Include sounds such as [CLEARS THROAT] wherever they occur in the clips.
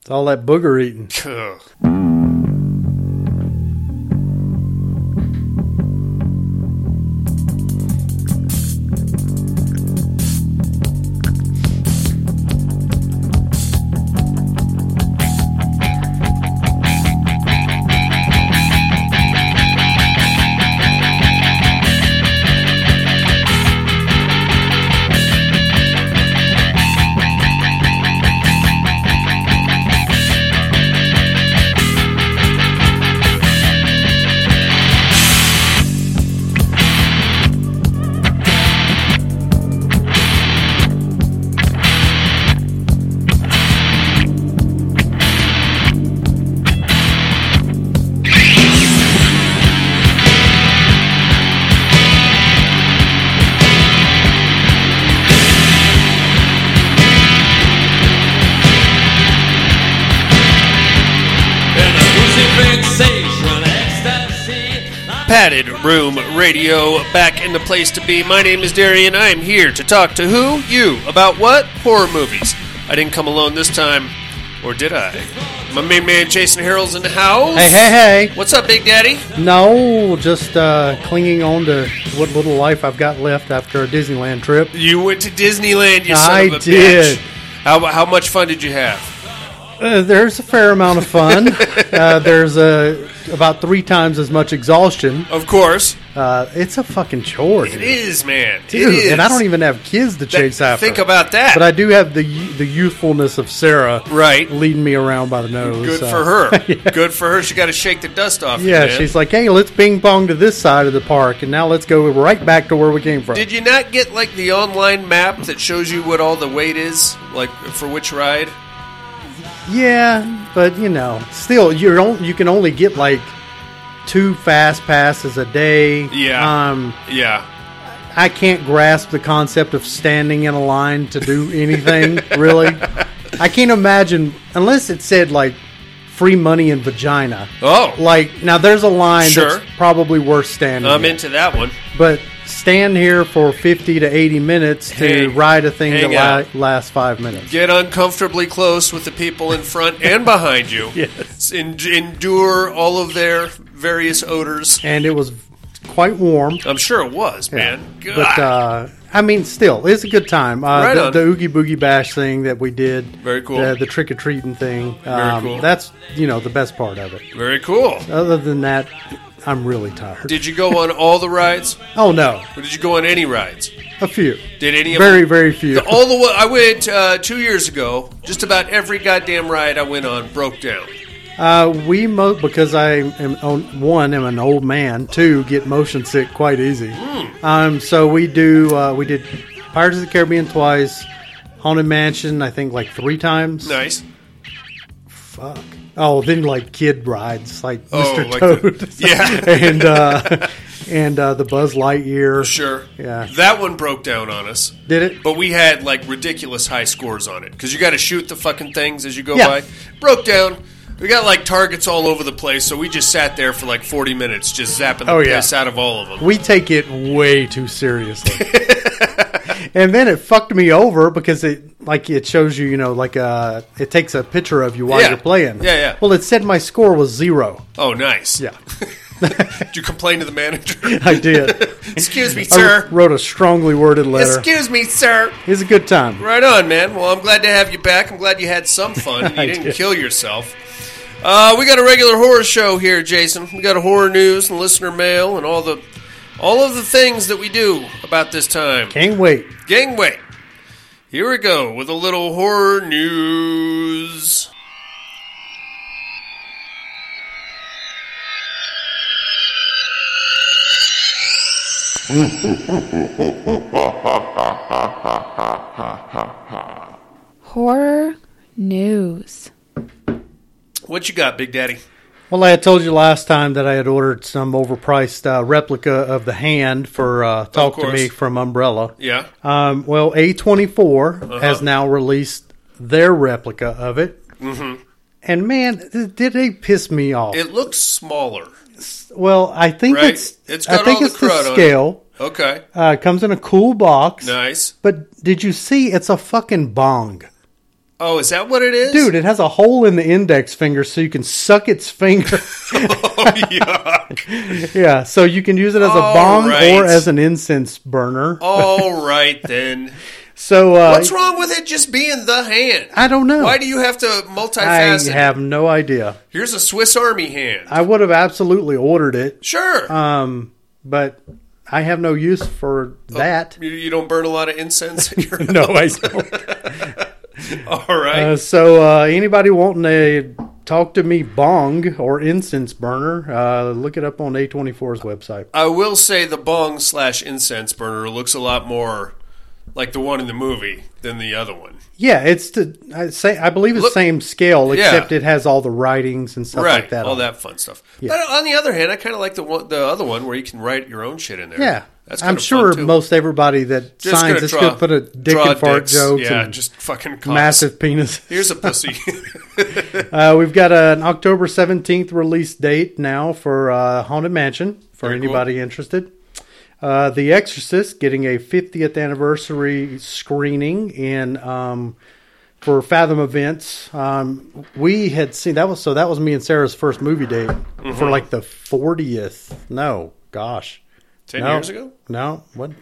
It's all that booger [LAUGHS] eating. Ugh. And a crucifix station ecstasy. Padded Room Radio back in the place to be. My name is Darian. I am here to talk to who? You. About what? Horror movies. I didn't come alone this time. Or did I? My main man Jason Harrell's in the house. Hey, hey, What's up, Big Daddy? hey. No, just uh, clinging on to what little life I've got left after a Disneyland trip. You went to Disneyland, you I son of a did. bitch. How, how much fun did you have? Uh, there's a fair amount of [LAUGHS] fun. uh, there's uh, about three times as much exhaustion. Of course. Uh, it's a fucking chore. It is, man. Dude, it is. and I don't even have kids to That- chase after. Think about that. but I do have the the youthfulness of Sarah right. leading me around by the nose. Good so. for her. [LAUGHS] Good for her. She got to shake the dust off. you, Yeah, man. she's like, hey, let's ping pong to this side of the park, and now let's go right back to where we came from. Did you not get like the online map that shows you what all the weight is, like for which ride? yeah, but you know, still, you're on, you can only get like two fast passes a day. Yeah. um, Yeah, I can't grasp the concept of standing in a line to [LAUGHS] do anything. really, I can't imagine unless it said like free money and vagina. Oh. like now there's a line Sure. Um, that's probably worth standing. I'm in. into that one. But stand here for 50 to 80 minutes to Hang- ride a thing that hang la- out. lasts five minutes. Get uncomfortably close with the people in front and behind you. [LAUGHS] Yes. En- endure all of their various odors. And it was quite warm. I'm sure it was, Yeah. man. But, God. uh, I mean, still, it's a good time. Uh, Right the, on. the Oogie Boogie Bash thing that we did. Very cool. The, the trick or treating thing. Um, cool. That's, you know, the best part of it. Very cool. Other than that, I'm really tired. Did you go on all the rides? oh, no. Or did you go on any rides? A few. Did any of Very, them? very few. The- all the way I went uh, two years ago. Just about every goddamn ride I went on broke down. Uh, we mo because I am on, one am an old man. Two get motion sick quite easy. Hmm. Um, so we do uh, we did Pirates of the Caribbean twice, Haunted Mansion I think like three times. Nice. Fuck. Oh, then like kid rides like Oh, Mr. like Toad. the- [LAUGHS] [LAUGHS] yeah. and uh, and uh, the Buzz Lightyear. Sure. Yeah. That one broke down on us. Did it? But we had like ridiculous high scores on it because you got to shoot the fucking things as you go Yeah. by. Broke down. We got like targets all over the place, so we just sat there for like forty minutes, just zapping the Oh, yeah. piss out of all of them. We take it way too seriously. [LAUGHS] and then it fucked me over because it like it shows you, you know, like uh it takes a picture of you while Yeah. you're playing. Yeah, yeah. Well, it said my score was 0. Oh, nice. Yeah. [LAUGHS] Did you complain to the manager? [LAUGHS] I [LAUGHS] did. Excuse me, I sir. wrote a strongly worded letter. Excuse me, sir. it's a good time. Right on, man. Well, I'm glad to have you back. I'm glad you had [LAUGHS] some fun. and I You didn't did. kill yourself. Uh, we got a regular horror show here, Jason. We got a horror news and listener mail and all the all of the things that we do about this time. Can't wait. Gangway. Here we go with a little horror news. Horror news. What you got, Big Daddy? Well, I had told you last time that I had ordered some overpriced uh, replica of the hand for uh, Talk to course. Me from Umbrella. Yeah. Uh-huh. Um, well, A24 has now released their replica of it. Mm-hmm. And man, th- did they piss me off? It looks smaller. well, I think Right. it's, It's I got think all the it's crud on the it. scale. Okay. Uh, it comes in a cool box. Nice. But did you see? It's a fucking bong. Oh, is that what it is, Dude, it has a hole in the index finger so you can suck its finger. [LAUGHS] Oh, [LAUGHS] yuck. yeah, so you can use it as a All bomb or right. as an incense burner. All right then. [LAUGHS] so uh, What's wrong with it just being the hand? I don't know. Why do you have to I multifaceted? have no idea. Here's a Swiss Army hand. I would have absolutely ordered it, sure. um, but I have no use for Oh. [LAUGHS] that. [LAUGHS] you, you don't burn a lot of incense in your No, I don't. All right. Uh, so uh, anybody wanting a talk to me bong or incense burner, uh, look it up on A24's website. I will say the bong slash incense burner looks a lot more like the one in the movie than the other one. Yeah, it's the I say I believe it's the Look- same scale, Yeah. except it has all the writings and stuff right. like that. All on it. that fun stuff. But on the other hand, I kind of like the one, the other one where you can write your own shit in there. Yeah, That's I'm kinda fun, sure too. most everybody that Just signs gonna is draw- going to put a dick draw and fart dicks. jokes Yeah, and just fucking call us. massive [LAUGHS] penis. [LAUGHS] Here's a pussy. Uh, we've got an October 17th release date now for uh, Haunted Mansion for Very cool. anybody interested. Uh, the Exorcist getting a 50th anniversary screening in um, for Fathom Events. Um, we had seen that was so that was me and Sarah's first movie date Mm-hmm. for like the 40th. No, gosh, Ten No. years ago. No, what?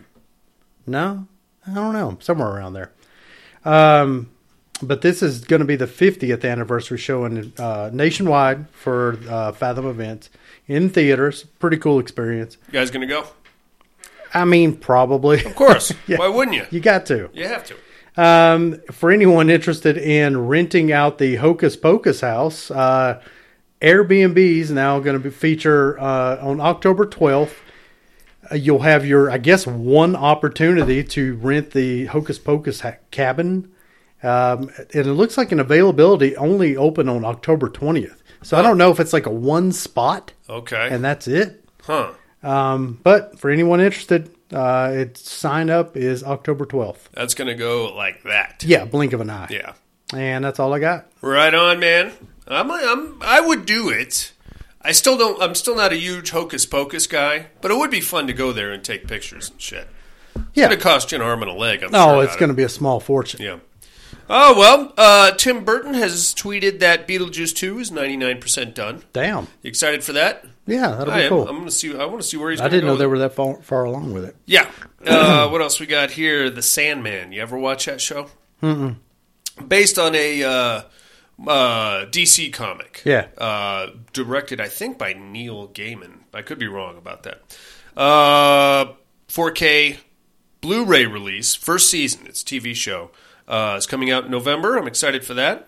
No, I don't know. Somewhere around there. Um, but this is going to be the 50th anniversary showing uh, nationwide for uh, Fathom events in theaters. Pretty cool experience. You guys gonna go? I mean, probably Of course. Yeah. Why wouldn't you? [LAUGHS] you got to. You have to. Um, for anyone interested in renting out the Hocus Pocus house, uh, Airbnb is now going to be feature uh, on October 12th. Uh, You'll have your, I guess, one opportunity to rent the Hocus Pocus ha- cabin. Um, and it looks like an availability only open on October 20th. So I don't know if it's like a one spot Okay. and that's it. huh. Um, but for anyone interested, uh, it's sign up is October 12th. That's gonna go like that. Yeah, blink of an eye. Yeah. And that's all I got. Right on, man. I'm, I'm, I would do it. I still don't. I'm still not a huge hocus pocus guy, but it would be fun to go there and take pictures and shit. It's Yeah. gonna cost you an arm and a leg. I'm No, sure Oh, it's going to be a small fortune. Yeah. Oh well. Uh, Tim Burton has tweeted that Beetlejuice Two is 99 percent done. Damn. You excited for that? Yeah, that'll I be am. cool. I'm gonna see. I want to see where he's. I gonna didn't go know they with- were that far, far along with it. [CLEARS THROAT] Yeah. Uh, what else we got here? The Sandman. You ever watch that show? Mm-mm. Based on a uh, uh, DC comic. Yeah. Uh, directed, I think, by Neil Gaiman. I could be wrong about that. Uh, 4K Blu-ray release, first season. It's a TV show. Uh, it's coming out in November. I'm excited for that.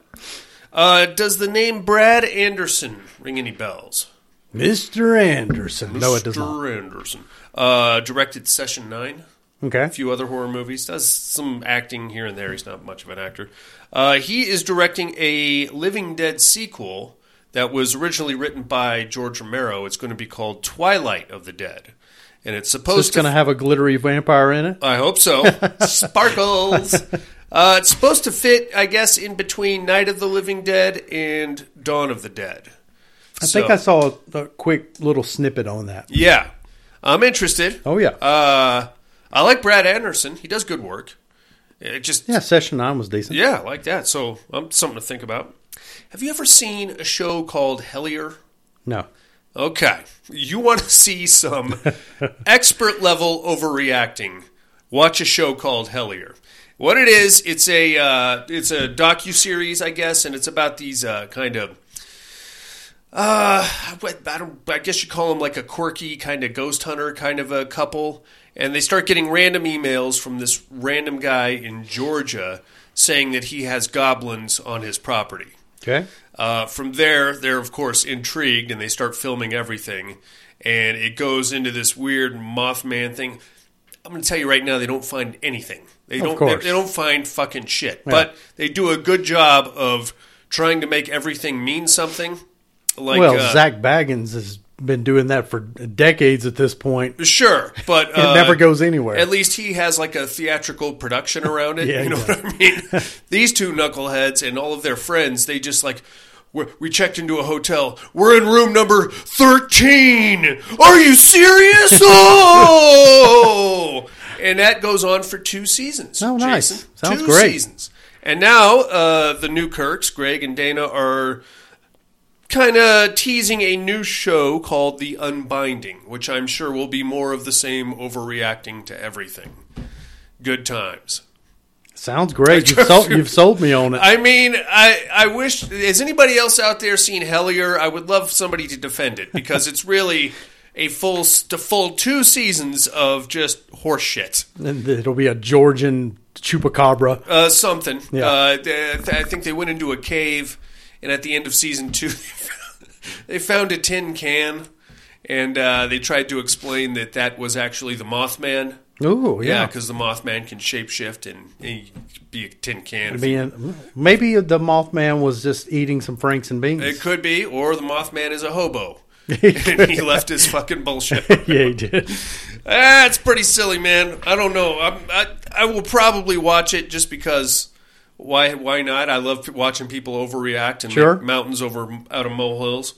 Uh, does the name Brad Anderson ring any bells? Mr. Anderson. No, it does not. Mr. Anderson uh, directed Session Nine Okay. a few other horror movies. Does some acting here and there. He's not much of an actor. Uh, he is directing a Living Dead sequel that was originally written by George Romero. It's going to be called Twilight of the Dead, and it's supposed It's going to have a glittery vampire in it. I hope so. Sparkles. Uh, it's supposed to fit, I guess, in between Night of the Living Dead and Dawn of the Dead. I think I saw a, a quick little snippet on that. Yeah, I'm interested. Oh, yeah. Uh, I like Brad Anderson. He does good work. It just yeah, Session 9 was decent. Yeah, I like that. So um, something to think about. Have you ever seen a show called Hellier? No. Okay, you want to see some expert level overreacting? Watch a show called Hellier. What it is? It's a uh, it's a docu series, I guess, and it's about these uh, kind of. Uh, what- I don't. I guess you call them like a quirky kind of ghost hunter kind of a couple, and they start getting random emails from this random guy in Georgia saying that he has goblins on his property. Okay. Uh, from there, they're of course intrigued and they start filming everything. And it goes into this weird Mothman thing. I'm going to tell you right now, they don't find anything. They don't. They, course. they don't find fucking shit. But they do a good job of trying to make everything mean something. Like well, uh, Zach Baggins has been doing that for decades at this point. It sure, but it never goes anywhere. At least he has like a theatrical production around it. [LAUGHS] Yeah, you know he what I mean? [LAUGHS] These two knuckleheads and all of their friends, they just like, we're, we checked into a hotel. We're in room number 13. Are you serious? [LAUGHS] Oh! and that goes on for two seasons. Oh, nice. Jason. Sounds two great. seasons. And now uh, the new Kirks, Greg and Dana, are kind of teasing a new show called The Unbinding, which I'm sure will be more of the same overreacting to everything. Good times. Sounds [LAUGHS] great. You've sold, you've sold me on it. I mean, I I wish is anybody else out there seen Hellier? I would love somebody to defend it because it's really a full s- to full two seasons of just horseshit. And it'll be a Georgian chupacabra. Uh, something. Yeah. Uh, th- I think they went into a cave, and at the end of season two, [LAUGHS] they found a tin can, and uh, they tried to explain that that was actually the Mothman. Ooh, Oh, Yeah, yeah. because the Mothman can shapeshift and he could be a tin can. if he Being, maybe the Mothman was just eating some Franks and beans. It could be, or the Mothman is a [LAUGHS] hobo. and he left his fucking bullshit. [LAUGHS] yeah, he did. That's Ah, pretty silly, man. I don't know. I'm, I I will probably watch it just because. Why why not? I love p- watching people overreact and Sure. make mountains over out of molehills.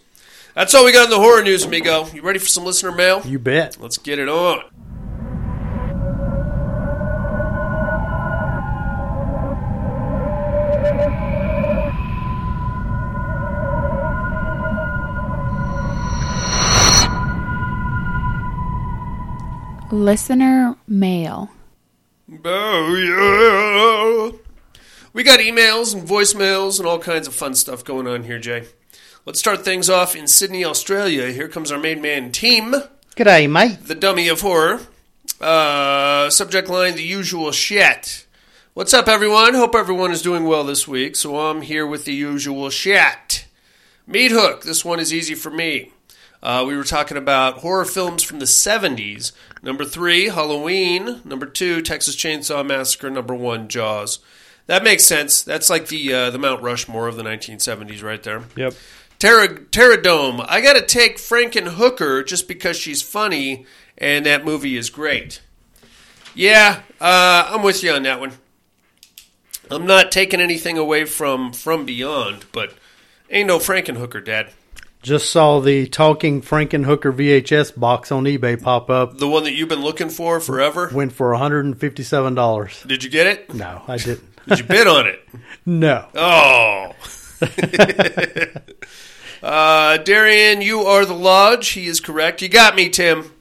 That's all we got in the horror news, amigo. You ready for some listener mail? You bet. Let's get it on. Listener mail. Oh, yeah. We got emails and voicemails and all kinds of fun stuff going on here, Jay. Let's start things off in Sydney, Australia. Here comes our main man, Team, G'day, mate. the dummy of horror. Uh, subject line, the usual shit. What's up, everyone? Hope everyone is doing well this week. So I'm here with the usual shit. Meat Hook, this one is easy for me. Uh, we were talking about horror films from the 70s. Number three, Halloween. Number two, Texas Chainsaw Massacre. Number one, Jaws. That makes sense. That's like the uh, the Mount Rushmore of the 1970s, right there. Yep. Terra, Terradome. I got to take Franken Hooker just because she's funny, and that movie is great. Yeah, uh, I'm with you on that one. I'm not taking anything away from from Beyond, but ain't no Frankenhooker, Dad. Just saw the Talking Frankenhooker VHS box on eBay pop up. The one that you've been looking for forever. Went for $157. Did you get it? No, I didn't. Did you bid on it? [LAUGHS] No. Oh. [LAUGHS] uh, Darian, you are the lodge. He is correct. You got me, Tim.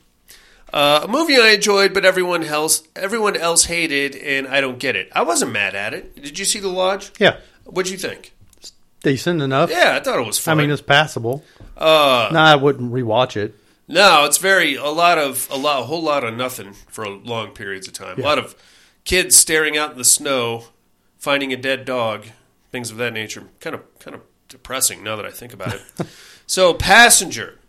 Uh, a movie I enjoyed, but everyone else everyone else hated, and I don't get it. I wasn't mad at it. Did you see the lodge? Yeah. What'd you think? Decent enough. Yeah, I thought it was I fun. mean, it's passable. Uh, no, I wouldn't rewatch it. No, it's very a lot of a lot a whole lot of nothing for long periods of time. A lot of kids staring out in the snow, finding a dead dog, things of that nature. Kind of kind of depressing now that I think about it. so, Passenger.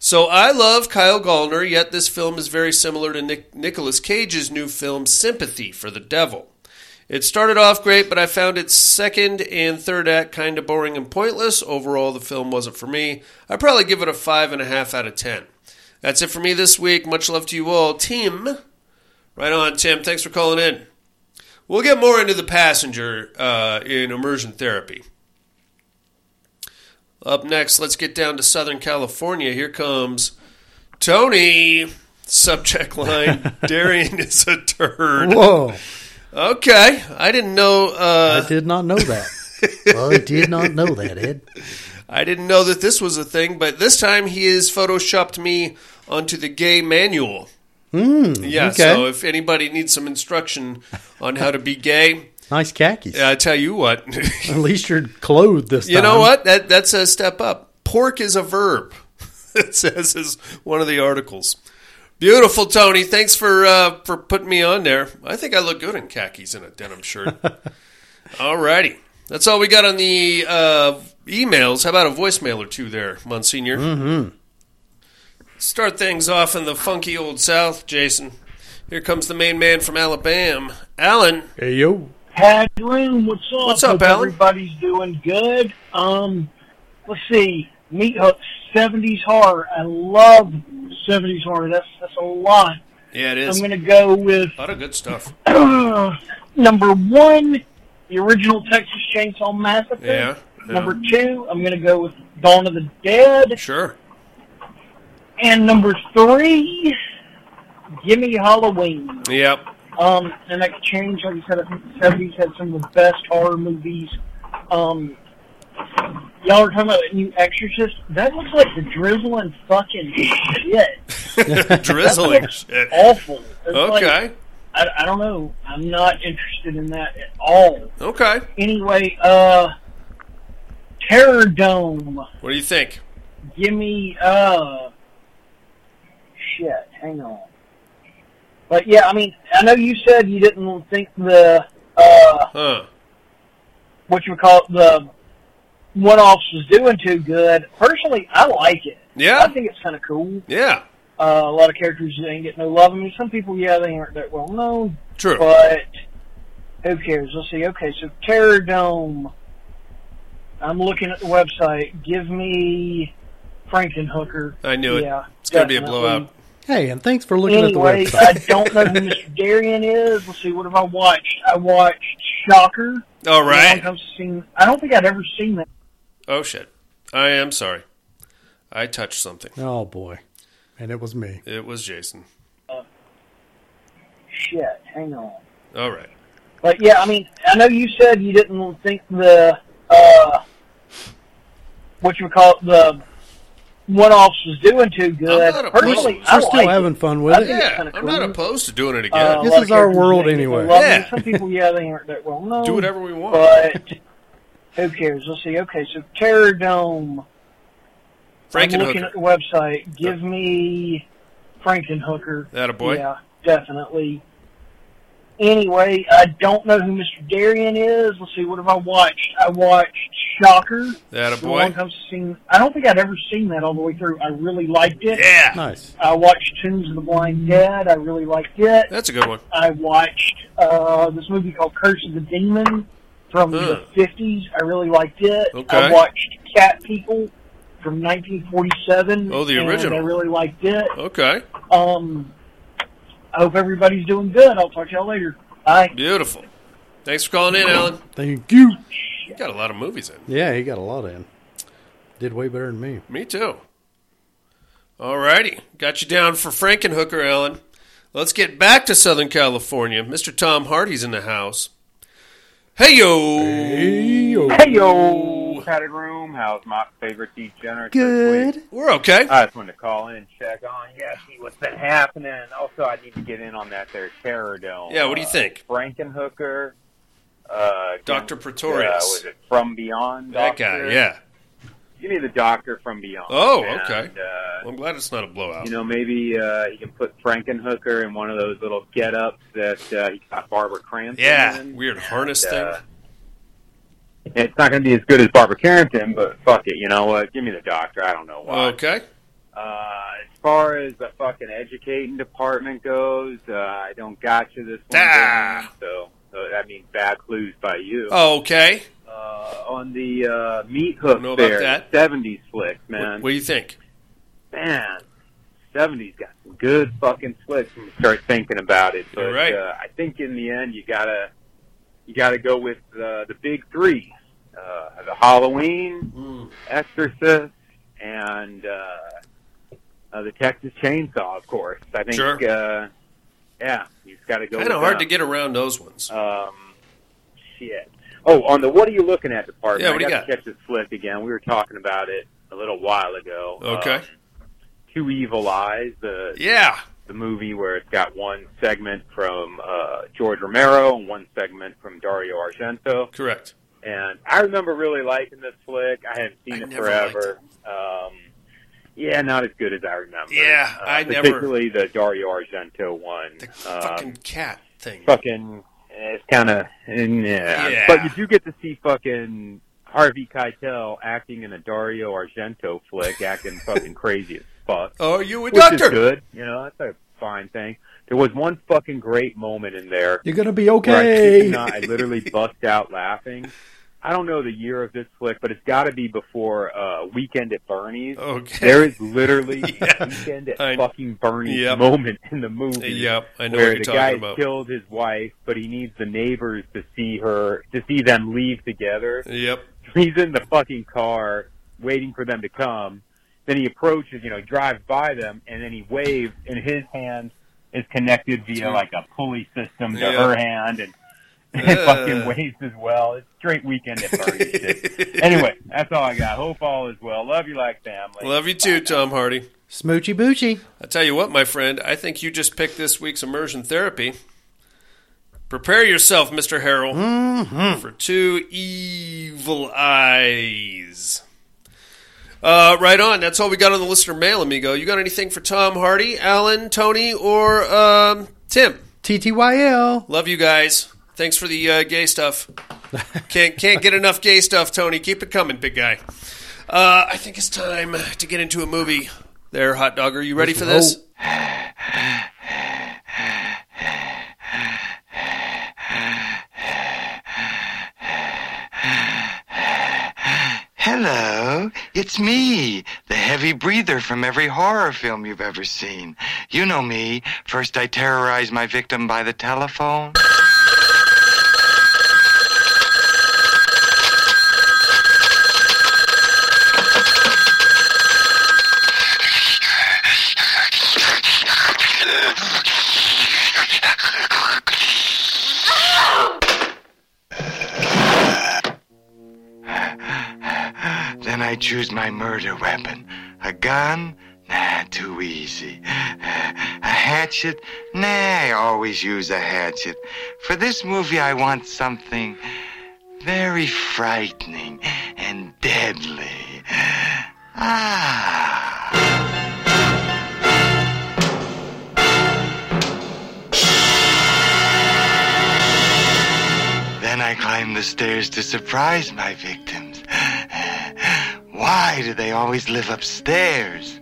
So I love Kyle Gallner, yet this film is very similar to Nic- Nicolas Cage's new film Sympathy for the Devil. It started off great, but I found its second and third act kind of boring and pointless. Overall, the film wasn't for me. I'd probably give it a five and a half out of ten. That's it for me this week. Much love to you all, Tim. Right on, Tim. Thanks for calling in. We'll get more into the passenger uh, in immersion therapy. Up next, let's get down to Southern California. Here comes Tony. Subject line: Darian is a turd. Whoa. Okay, I didn't know. Uh, I did not know that. [LAUGHS] well, I did not know that, Ed. I didn't know that this was a thing, but this time he has photoshopped me onto the gay manual. Mm, yeah. okay. So if anybody needs some instruction on how to be gay, Nice khakis. I tell you what, [LAUGHS] At least you're clothed this you time. know what? That that's a step up. Pork is a verb. [LAUGHS] it says is one of the articles. Beautiful, Tony. Thanks for uh, for putting me on there. I think I look good in khakis and a denim shirt. Alrighty, that's all we got on the uh, emails. How about a voicemail or two there, Monsignor? Mm-hmm. Start things off in the funky old South, Jason. Here comes the main man from Alabama, Alan. Hey, yo. Pat Room, what's up? What's up, Hope Alan? Everybody's doing good. Um, let's see, Meat Hook, seventies horror. I love seventies horror. That's that's a lot. Yeah, it I'm is. gonna go with [CLEARS THROAT] A lot of good stuff. number one, the original Texas Chainsaw Massacre. Yeah, yeah. Number two, I'm gonna go with Dawn of the Dead. Sure. And number three, Gimme Halloween. Yep. Um, and that could change. Like I said, I think the 70s had some of the best horror movies. Um, y'all were talking about the new Exorcist. That looks like the drizzling fucking [LAUGHS] shit. [LAUGHS] Drizzling shit. Awful. It's Okay. Like, I, I don't know. I'm not interested in that at all. Okay. Anyway, uh, Terror Dome. What do you think? Give me uh shit, hang on. But yeah, I mean, I know you said you didn't think the uh Huh. what you call it, the one offs was doing too good. Personally, I like it. Yeah. I think it's kind of cool. Yeah. Uh, a lot of characters that ain't get no love. I mean, some people, yeah, they aren't that well known, True. but who cares? Let's see. Okay, so Terror Dome. I'm looking at the website. Give me Frankenhooker. I knew it. Yeah, it's going to be a definitely. blowout. Hey, and thanks for looking Anyway, at the I website. don't know who Mr. Darien is. Let's see, what have I watched? I watched Shocker. All right. I've seen, I don't think I'd ever seen that. Oh, shit. I am sorry. I touched something. [LAUGHS] oh boy, and it was me. It was Jason. Shit, hang on. All right. But yeah, I mean, I know you said you didn't think the uh, what you would call it, the one-offs was doing too good. not opposed. Personally, We're I We're still like having it. fun with I it. think it's Yeah. kinda I'm not cool. opposed to doing it Uh, a again. This lot is of our characters world they get anyway. love. I mean, Yeah. Some people, yeah, they aren't that well known. Do whatever we want. But who cares? Let's see. Okay, so Terror Dome. I'm looking at the Frankenhooker. website. Give me Frankenhooker. Attaboy. Yeah, definitely. Anyway, I don't know who Mr. Darien is. Let's see, what have I watched? I watched Shocker. The one Attaboy. time I've seen, I don't think I'd ever seen that all the way through. I really liked it. Yeah. Nice. I watched Tombs of the Blind Dead. I really liked it. That's a good one. I watched uh, this movie called Curse of the Demon from Huh. the 50s. I really liked it. Okay. I watched Cat People from 1947. Oh, the and original. Oh, I really liked it. Okay. Um, I hope everybody's doing good. I'll talk to y'all later. Bye. Beautiful. Thanks for calling in, Alan. Thank you. You got a lot of movies in. Yeah, he got a lot in. Did way better than me. Me too. All righty. Got you down for Frankenhooker, Alan. Let's get back to Southern California. Mr. Tom Hardy's in the house. Hey, yo. Hey yo, padded room. How's my favorite degenerate? this week? Good. We're okay. I just wanted to call in and check on. Yeah, see what's been happening. Also, I need to get in on that there terror dome. Yeah, what do you think? Uh, Frankenhooker, uh, Dr. Uh, Pretorius. was it From Beyond? that Doctor? guy, yeah. Give me the Doctor from Beyond. Oh, And, okay. Uh, Well, I'm glad it's not a blowout. you know, maybe uh, you can put Frankenhooker in one of those little get-ups that uh, he got Barbara Cranston. yeah. in. Weird harness And, uh, thing. It's not going to be as good as Barbara Carrington, but fuck it. You know what? Give me the doctor. I don't know why. Okay. Uh, as far as the fucking educating department goes, uh, I don't gotcha this one. Ah. Oh. Dan, So, so that means bad clues by you. Okay. Uh, on the uh, meat hook Know about there, that. 70s flick, What, man. what do you think? man, 70s got some good fucking flicks when you start thinking about it. But You're right. uh, I think in the end, you gotta you gotta go with uh, the big three: uh, the Halloween, Mm. Exorcist, and uh, uh, the Texas Chainsaw, of course. I think, Sure. uh, yeah, you just gotta go. Kind of with hard them. to get around those ones. Um, shit. Oh, on the what are you looking at department? Yeah, what do I you got to catch this flick again. We were talking about it a little while ago. Okay. Um, Two Evil Eyes, the Yeah. the movie where it's got one segment from uh, George Romero and one segment from Dario Argento. Correct. And I remember really liking this flick. I hadn't seen I it never liked forever. Um, yeah, not as good as I remember. Yeah, uh, I never- particularly the Dario Argento one. The Um, fucking cat thing. fucking it's kind of yeah. Yeah. But you do get to see fucking Harvey Keitel acting in a Dario Argento flick, acting [LAUGHS] fucking crazy as fuck. Oh, Are you a Which is doctor? good, you know. That's a fine thing. There was one fucking great moment in there You're gonna be where I, kid you okay. not, I literally bust out laughing. I don't know the year of this flick, but it's got to be before uh, Weekend at Bernie's. Okay. There is literally [LAUGHS] Yeah. a Weekend at I- fucking Bernie's Yep. moment in the movie Yep, I know where what you're the talking guy about. killed his wife, but he needs the neighbors to see her to see them leave together. Yep. [LAUGHS] He's in the fucking car waiting for them to come. Then he approaches, you know, drives by them, and then he waves in his hand is connected via like a pulley system to Yeah. her hand and [LAUGHS] it Uh. fucking weighs as well. It's straight weekend at Bernie's. [LAUGHS] shit. anyway, that's all I got. Hope all is well. Love you like family. Love you too, Tom Hardy. Smoochy Boochie. I tell you what, my friend, I think you just picked this week's immersion therapy. Prepare yourself, Mr. Harrell, Mm-hmm. for two evil eyes. Uh, right on. That's all we got on the listener mail, amigo. You got anything for Tom Hardy, Alan, Tony, or um, Tim? TTYL. Love you guys. Thanks for the uh, gay stuff. Can't can't get enough gay stuff, Tony. Keep it coming, big guy. Uh, I think it's time to get into a movie. There, hot dog. Are you ready for this? Hello, it's me, the heavy breather from every horror film you've ever seen. You know me. First, I terrorize my victim by the telephone. Then I choose my murder weapon. A gun? Nah, too easy. Uh, A hatchet? Nah, I always use a hatchet. For this movie, I want something very frightening and deadly. Ah. Then I climb the stairs to surprise my victims. Why do they always live upstairs?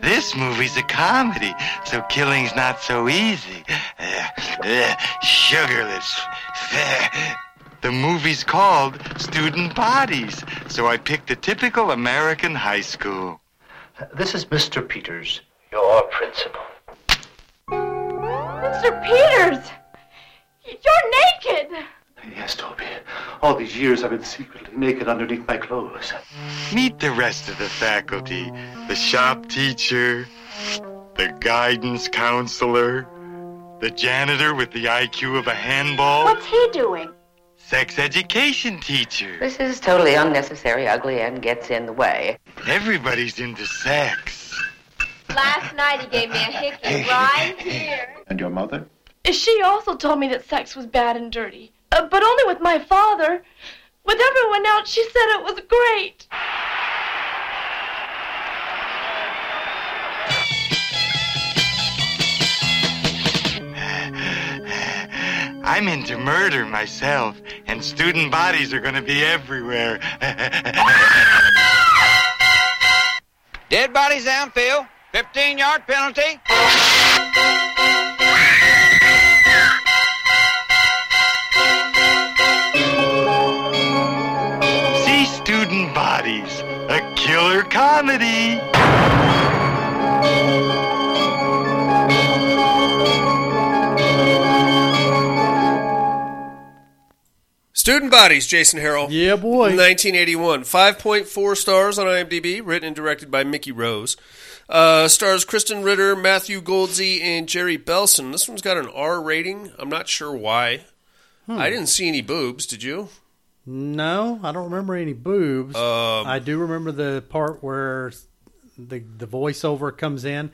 This movie's a comedy, so killing's not so easy. Uh, uh, sugar lips. The movie's called Student Bodies, so I picked a typical American high school. This is Mr. Peters, your principal. Mr. Peters! You're naked! Yes, Toby. All these years I've been secretly naked underneath my clothes. Meet the rest of the faculty the shop teacher, the guidance counselor, the janitor with the IQ of a handball, What's he doing? sex education teacher. This is totally unnecessary, ugly, and gets in the way. Everybody's into sex. Last night he gave me a hickey right here. And your mother? She also told me that sex was bad and dirty, uh, but only with my father. With everyone else, she said it was great. I'm into murder myself, and student bodies are going to be everywhere. [LAUGHS] Dead bodies downfield. 15 yard penalty. See student bodies, a killer comedy. Student Bodies, Jason Harrell. Yeah, boy. 1981. 5.4 stars on IMDb, written and directed by Mickey Rose. Uh, stars Kristen Ritter, Matthew Goldsey, and Jerry Belson. This one's got an R rating. I'm not sure why. Hmm. I didn't see any boobs, did you? No, I don't remember any boobs. Um, I do remember the part where the the voiceover comes in.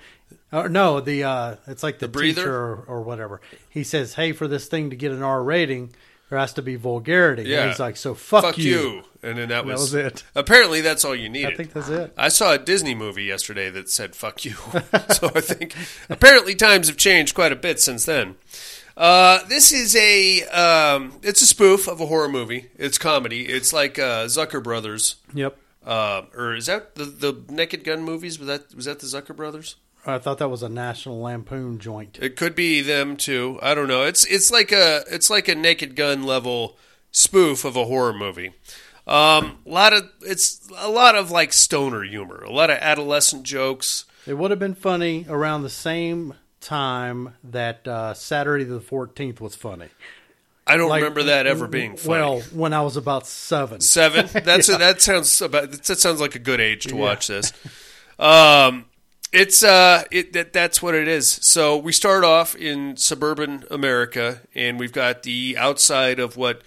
Or no, the uh, it's like the, The breather? teacher or, or whatever. He says, "Hey, for this thing to get an R rating, there has to be vulgarity." And Yeah. he's like, "So fuck, Fuck you. And then That that was, was it. Apparently, that's all you needed. I think that's it. I saw a Disney movie yesterday that said "fuck you," [LAUGHS] so I think apparently times have changed quite a bit since then. Uh, this is a um, it's a spoof of a horror movie. It's comedy. It's like uh, Zucker Brothers, Yep. uh, or is that the the Naked Gun movies? Was that was that the Zucker Brothers? I thought that was a National Lampoon joint. It could be them too. I don't know. It's it's like a it's like a Naked Gun level spoof of a horror movie. Um, a lot of it's a lot of like stoner humor, a lot of adolescent jokes. It would have been funny around the same time that uh, Saturday the Fourteenth was funny. I don't Like, remember that ever being funny. Well, when I was about seven. seven. That's a, that sounds about that sounds like a good age to watch this. Um, It's uh, it, that that's what it is. So we start off in suburban America, and we've got the outside of what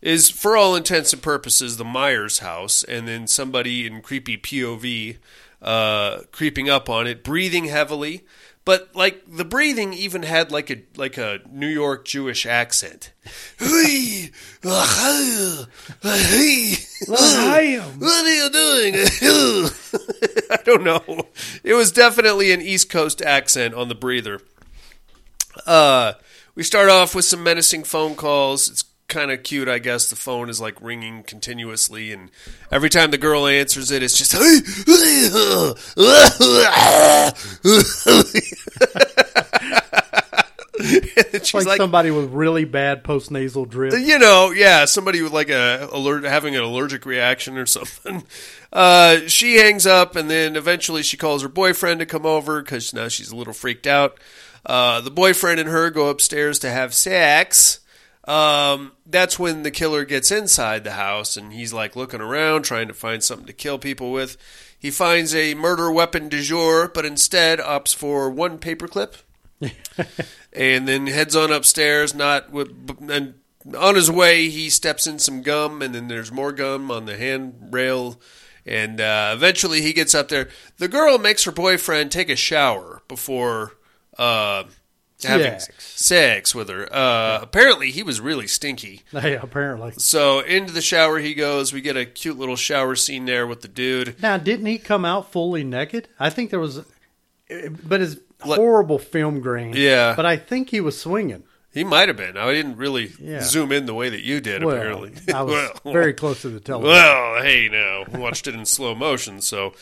is, for all intents and purposes, the Myers house, and then somebody in creepy POV uh, creeping up on it, breathing heavily. But like the breathing even had like a like a New York Jewish accent. What are you doing? [LAUGHS] I don't know. It was definitely an East Coast accent on the breather. Uh, we start off with some menacing phone calls. It's kind of cute, I guess. The phone is like ringing continuously, and every time the girl answers it, it's just. [LAUGHS] [LAUGHS] It's like, somebody with really bad postnasal drip. You know, yeah, somebody with like a alert having an allergic reaction or [LAUGHS] something. Uh, she hangs up, and then eventually she calls her boyfriend to come over because now she's a little freaked out. Uh, the boyfriend and her go upstairs to have sex. Um, that's when the killer gets inside the house, and he's like looking around trying to find something to kill people with. He finds a murder weapon du jour, but instead opts for one paperclip and then heads on upstairs. Not with, and on his way, he steps in some gum, and then there's more gum on the handrail. And uh, eventually, he gets up there. The girl makes her boyfriend take a shower before uh, having Sex. sex. with her. Uh, Apparently, he was really stinky. [LAUGHS] Yeah, apparently. So into the shower he goes. We get a cute little shower scene there with the dude. Now, didn't he come out fully naked? I think there was, but his horrible film grain. Yeah. but I think he was swinging. He might have been. I didn't really Yeah. zoom in the way that you did. Well, apparently, I [LAUGHS] was Well. very close to the television. Well, hey, now watched it in slow motion. So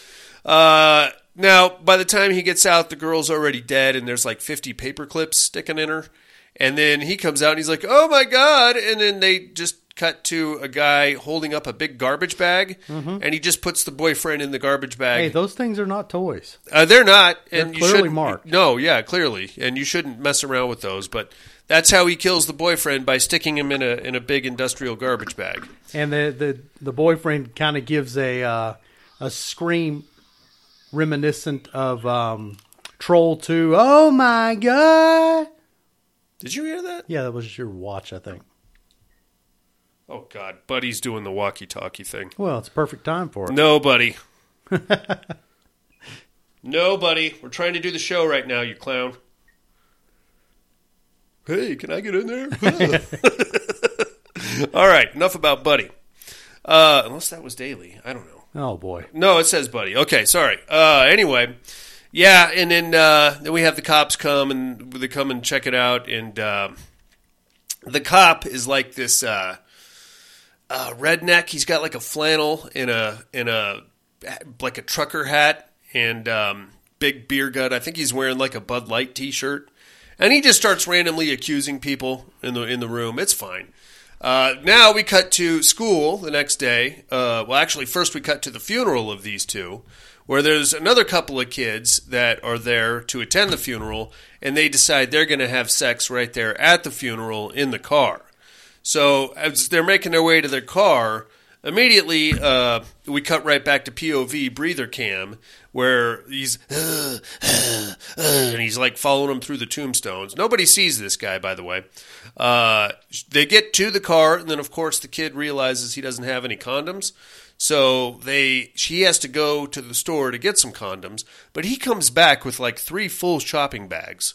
uh, now, by the time he gets out, the girl's already dead, and there's like 50 paper clips sticking in her. And then he comes out, and he's like, "Oh my god!" And then they just cut to a guy holding up a big garbage bag, Mhm. and he just puts the boyfriend in the garbage bag. Hey, those things are not toys. Uh, they're not, and They're you clearly shouldn't- marked. No, yeah, clearly, and you shouldn't mess around with those. But that's how he kills the boyfriend by sticking him in a in a big industrial garbage bag. And the the, the boyfriend kind of gives a uh, a scream reminiscent of um, Troll Two. Oh my god! Did you hear that? Yeah, that was your watch, I think. Oh God, buddy's doing the walkie-talkie thing. Well, it's a perfect time for it. No, buddy. no, buddy. We're trying to do the show right now, you clown. Hey, can I get in there? [LAUGHS] All right, enough about buddy. Uh, unless that was daily, I don't know. Oh boy. No, it says buddy. Okay, sorry. Uh, anyway, yeah, and then uh, then we have the cops come and they come and check it out, and um the cop is like this uh, uh, redneck. He's got like a flannel and a and a like a trucker hat and um, big beer gut. I think he's wearing like a Bud Light T-shirt, and he just starts randomly accusing people in the in the room. It's fine. Uh, now we cut to school the next day. Uh, well, actually, first we cut to the funeral of these two, where there's another couple of kids that are there to attend the funeral, and they decide they're going to have sex right there at the funeral in the car. So as they're making their way to their car, immediately uh, we cut right back to POV breather cam, where he's [SIGHS] "Ugh, ugh, ugh," and he's like following them through the tombstones. Nobody sees this guy, by the way. Uh, they get to the car, and then of course the kid realizes he doesn't have any condoms. So they, she has to go to the store to get some condoms, but he comes back with like three full shopping bags.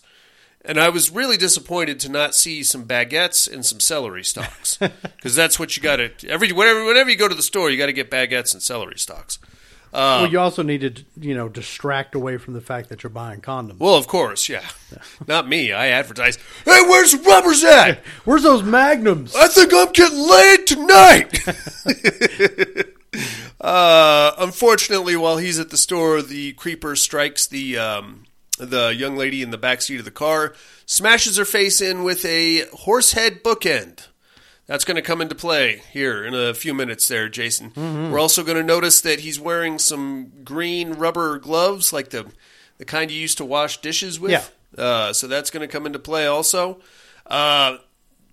And I was really disappointed to not see some baguettes and some celery stalks because that's what you got to every whenever whenever you go to the store, you got to get baguettes and celery stalks. Uh, well, you also need to you know distract away from the fact that you're buying condoms. well, of course, yeah. Not me. I advertise. Hey, where's the rubbers at? Where's those magnums? I think I'm getting laid tonight. uh, unfortunately, while he's at the store, the creeper strikes the um, the young lady in the back seat of the car, smashes her face in with a horsehead bookend. That's going to come into play here in a few minutes, there, Jason. Mhm. We're also going to notice that he's wearing some green rubber gloves, like the the kind you used to wash dishes with. Yeah. Uh, so that's going to come into play also. Uh,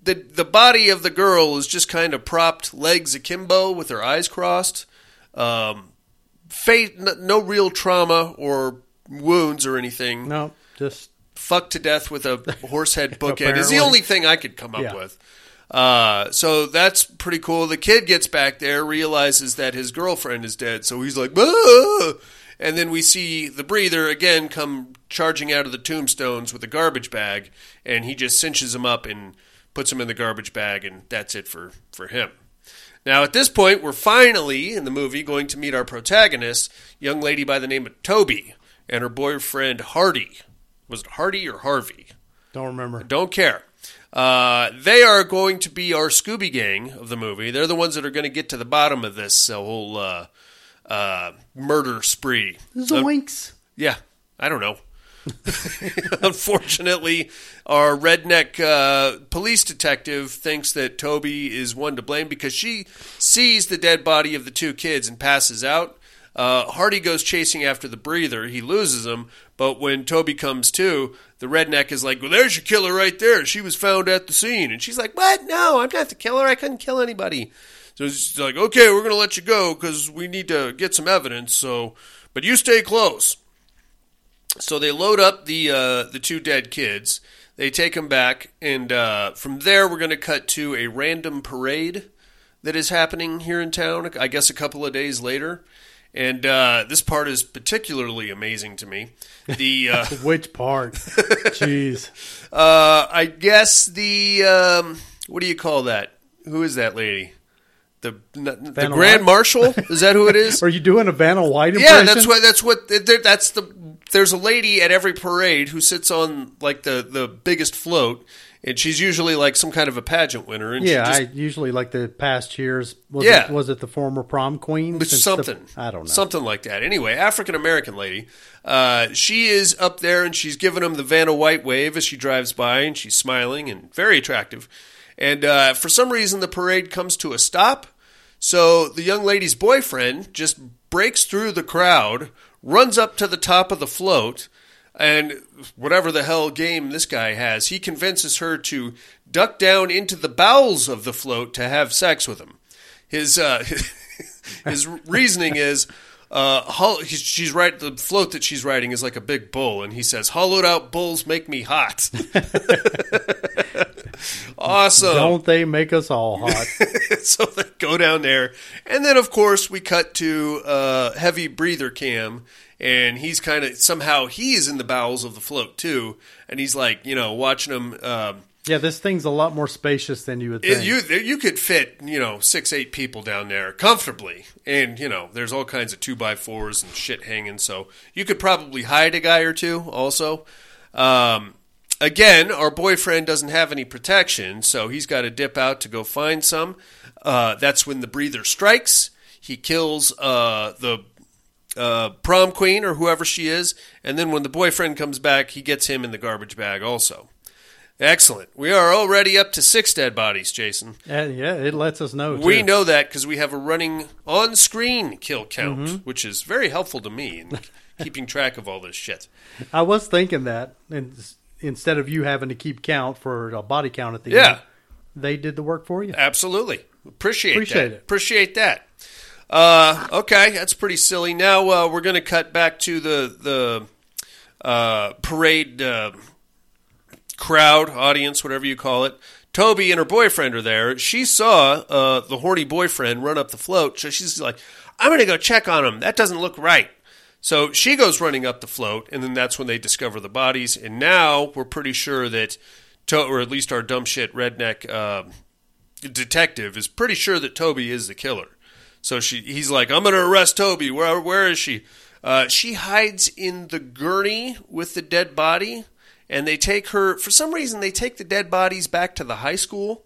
the the body of the girl is just kind of propped, legs akimbo, with her eyes crossed. Um, fate, n- no real trauma or wounds or anything. No, just fucked to death with a horse [LAUGHS] head bookend is Apparently. the only thing I could come up Yeah. with. Uh, so that's pretty cool. The kid gets back there, realizes that his girlfriend is dead, so he's like, "Ah!" and then we see the breather again come charging out of the tombstones with a garbage bag, and he just cinches him up and puts him in the garbage bag, and that's it for for him. Now, at this point, we're finally in the movie going to meet our protagonist, young lady by the name of Toby, and her boyfriend Hardy. Was it Hardy or Harvey? don't remember. Don't care. Uh, they are going to be our Scooby Gang of the movie. They're the ones that are going to get to the bottom of this uh, whole uh, uh, murder spree. Uh, Zoinks. yeah, I don't know. [LAUGHS] Unfortunately, our redneck uh, police detective thinks that Toby is one to blame because she sees the dead body of the two kids and passes out. Uh, Hardy goes chasing after the breather. He loses him, but when Toby comes to, the redneck is like, Well, there's your killer right there. She was found at the scene. And she's like, What? No, I'm not the killer. I couldn't kill anybody. So it's like, Okay, we're going to let you go because we need to get some evidence. So, but you stay close. So they load up the uh, the two dead kids. They take them back, and uh, from there we're going to cut to a random parade that is happening here in town. I guess a couple of days later, and uh, this part is particularly amazing to me. The [LAUGHS] uh, Which part? Jeez. uh, I guess the um, what do you call that? Who is that lady? The the Vanna grand White? [LAUGHS] marshal is that who it is? Are you doing a Vanna White Yeah, impression? that's what that's what there- that's the there's a lady at every parade who sits on like the the biggest float, and she's usually like some kind of a pageant winner. And Yeah, she I usually like the past years. Was Yeah. it, was it the former prom queen? just, Since the- something I don't know. something like that. Anyway, African American lady, uh, she is up there and she's giving him the Vanna White wave as she drives by, and she's smiling and very attractive. And uh, for some reason, the parade comes to a stop. So the young lady's boyfriend just breaks through the crowd, runs up to the top of the float, and whatever the hell game this guy has, he convinces her to duck down into the bowels of the float to have sex with him. His uh, [LAUGHS] his reasoning is. Uh, hol- he's, she's right. The float that she's riding is like a big bull, and he says, "Hollowed out bulls make me hot." [LAUGHS] awesome Don't they make us all hot? [LAUGHS] so they go down there, and then of course we cut to uh, heavy breather cam, and he's kind of somehow he is in the bowels of the float too, and he's like you know watching him. Um, yeah, this thing's a lot more spacious than you would it- think. you there- you could fit you know six eight people down there comfortably, and you know there's all kinds of two by fours and shit hanging, so you could probably hide a guy or two also. Um, again, our boyfriend doesn't have any protection, so he's got to dip out to go find some. Uh, that's when the breather strikes. He kills uh, the uh, prom queen or whoever she is, and then when the boyfriend comes back, he gets him in the garbage bag also. Excellent. We are already up to six dead bodies, Jason. Uh, yeah, it lets us know. We too. know that because we have a running on screen kill count, Mm-hmm. which is very helpful to me in [LAUGHS] keeping track of all this shit. I was thinking that, and s- instead of you having to keep count for a body count at the Yeah. end, they did the work for you. Absolutely. Appreciate, Appreciate that. it. Appreciate that. Uh, okay, that's pretty silly. Now uh, we're going to cut back to the the uh, parade uh, crowd, audience, whatever you call it. Toby and her boyfriend are there. She saw uh, the horny boyfriend run up the float, so she's like, "I'm going to go check on him. That doesn't look right." So she goes running up the float, and then that's when they discover the bodies. And now we're pretty sure that, to- or at least our dumb shit redneck um detective is pretty sure that Toby is the killer. So she, he's like, "I'm going to arrest Toby. Where, where is she?" Uh, she hides in the gurney with the dead body, and they take her. For some reason, they take the dead bodies back to the high school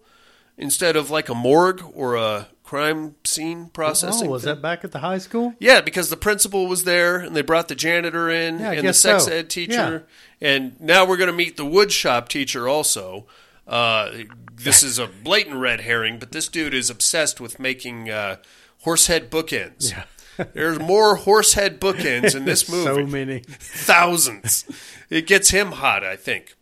instead of like a morgue or a crime scene processing. Oh, was thing. that back at the high school? Yeah, because the principal was there, and they brought the janitor in, Yeah, I and the guess sex so. ed teacher, and now we're going to meet the wood shop teacher also. Uh, this is a blatant red herring, but this dude is obsessed with making uh, horsehead bookends. There's more horsehead bookends [LAUGHS] in this movie so many. thousands. It gets him hot, I think.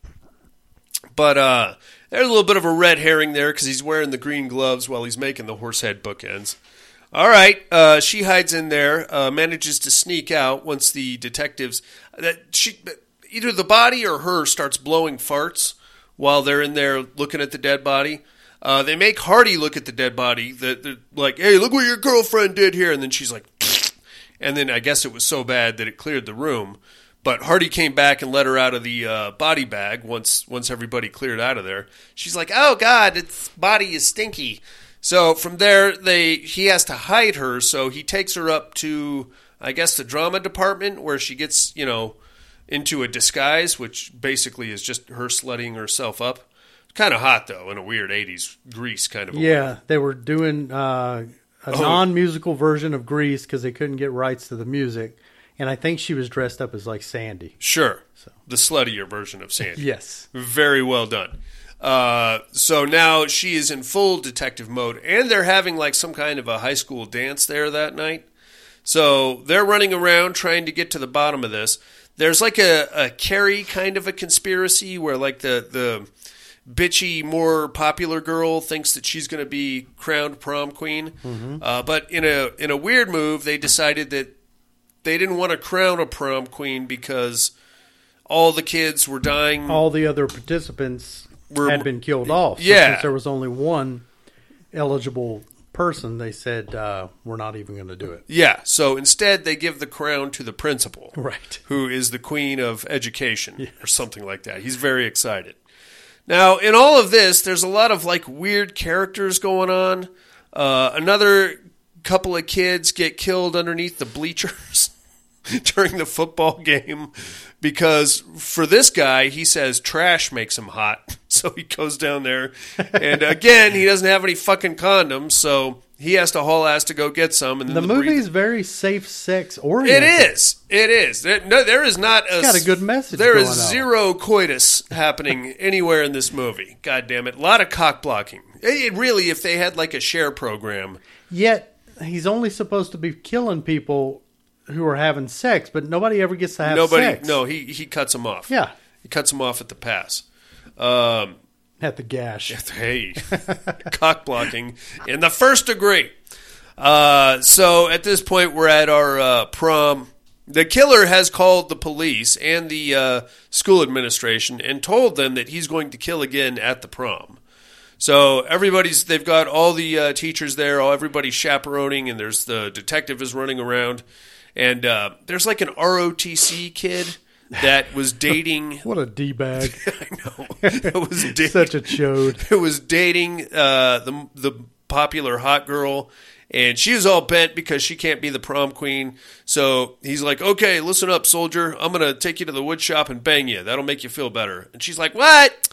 But uh, there's a little bit of a red herring there because he's wearing the green gloves while he's making the horsehead bookends. All right, uh, she hides in there, uh, manages to sneak out once the detectives uh, that she either the body or her starts blowing farts while they're in there looking at the dead body. Uh, they make Hardy look at the dead body. That they're like, "Hey, look what your girlfriend did here," and then she's like, and then I guess it was so bad that it cleared the room. But Hardy came back and let her out of the uh, body bag once once everybody cleared out of there. She's like, "Oh God, its body is stinky." So from there, they he has to hide her. So he takes her up to I guess the drama department where she gets you know into a disguise, which basically is just her slutting herself up. Kind of hot though, in a weird '80s grease kind of a way. Yeah, they were doing uh, a Oh. non-musical version of Grease because they couldn't get rights to the music, and I think she was dressed up as like Sandy. Sure. The sluttier version of Sandy. Yes. Very well done. Uh, so now she is in full detective mode, and they're having like some kind of a high school dance there that night. So they're running around trying to get to the bottom of this. There's like a, a Carrie kind of a conspiracy where like the, the bitchy, more popular girl thinks that she's going to be crowned prom queen. Mhm. Uh, but in a in a weird move, they decided that they didn't want to crown a prom queen because all the kids were dying. All the other participants Were- had been killed off. Yeah. since there was only one eligible person, they said uh, we're not even going to do it. Yeah. So instead, they give the crown to the principal, Right. Who is the queen of education or something like that. He's very excited. Now, in all of this, there's a lot of like weird characters going on. Uh, another couple of kids get killed underneath the bleachers [LAUGHS] during the football game because for this guy, he says trash makes him hot. [LAUGHS] So he goes down there, and again, he doesn't have any fucking condoms, so he has to haul ass to go get some. And then The the movie is very safe sex it oriented. is. It is. There, no, there is not a. It's got a good message There is going on. zero coitus happening [LAUGHS] anywhere in this movie. God damn it! A lot of cock blocking. It, it really, if they had like a share program, Yet he's only supposed to be killing people who are having sex, but nobody ever gets to have nobody. sex No, he he cuts them off. Yeah. he cuts them off at the pass. Um, at the gash. Hey, [LAUGHS] cock blocking in the first degree. Uh, so at this point, we're at our uh, prom. The killer has called the police and the uh, school administration and told them that he's going to kill again at the prom. So everybody's they've got all the uh, teachers there, all everybody's chaperoning, and there's the detective is running around, and uh, there's like an ROTC kid that was dating [LAUGHS] What a d bag! I know it was dating, Such a chode. [LAUGHS] It was dating uh, the the popular hot girl, and she was all bent because she can't be the prom queen. So he's like, "Okay, listen up, soldier. I'm gonna take you to the wood shop and bang you. That'll make you feel better." And she's like, "What?"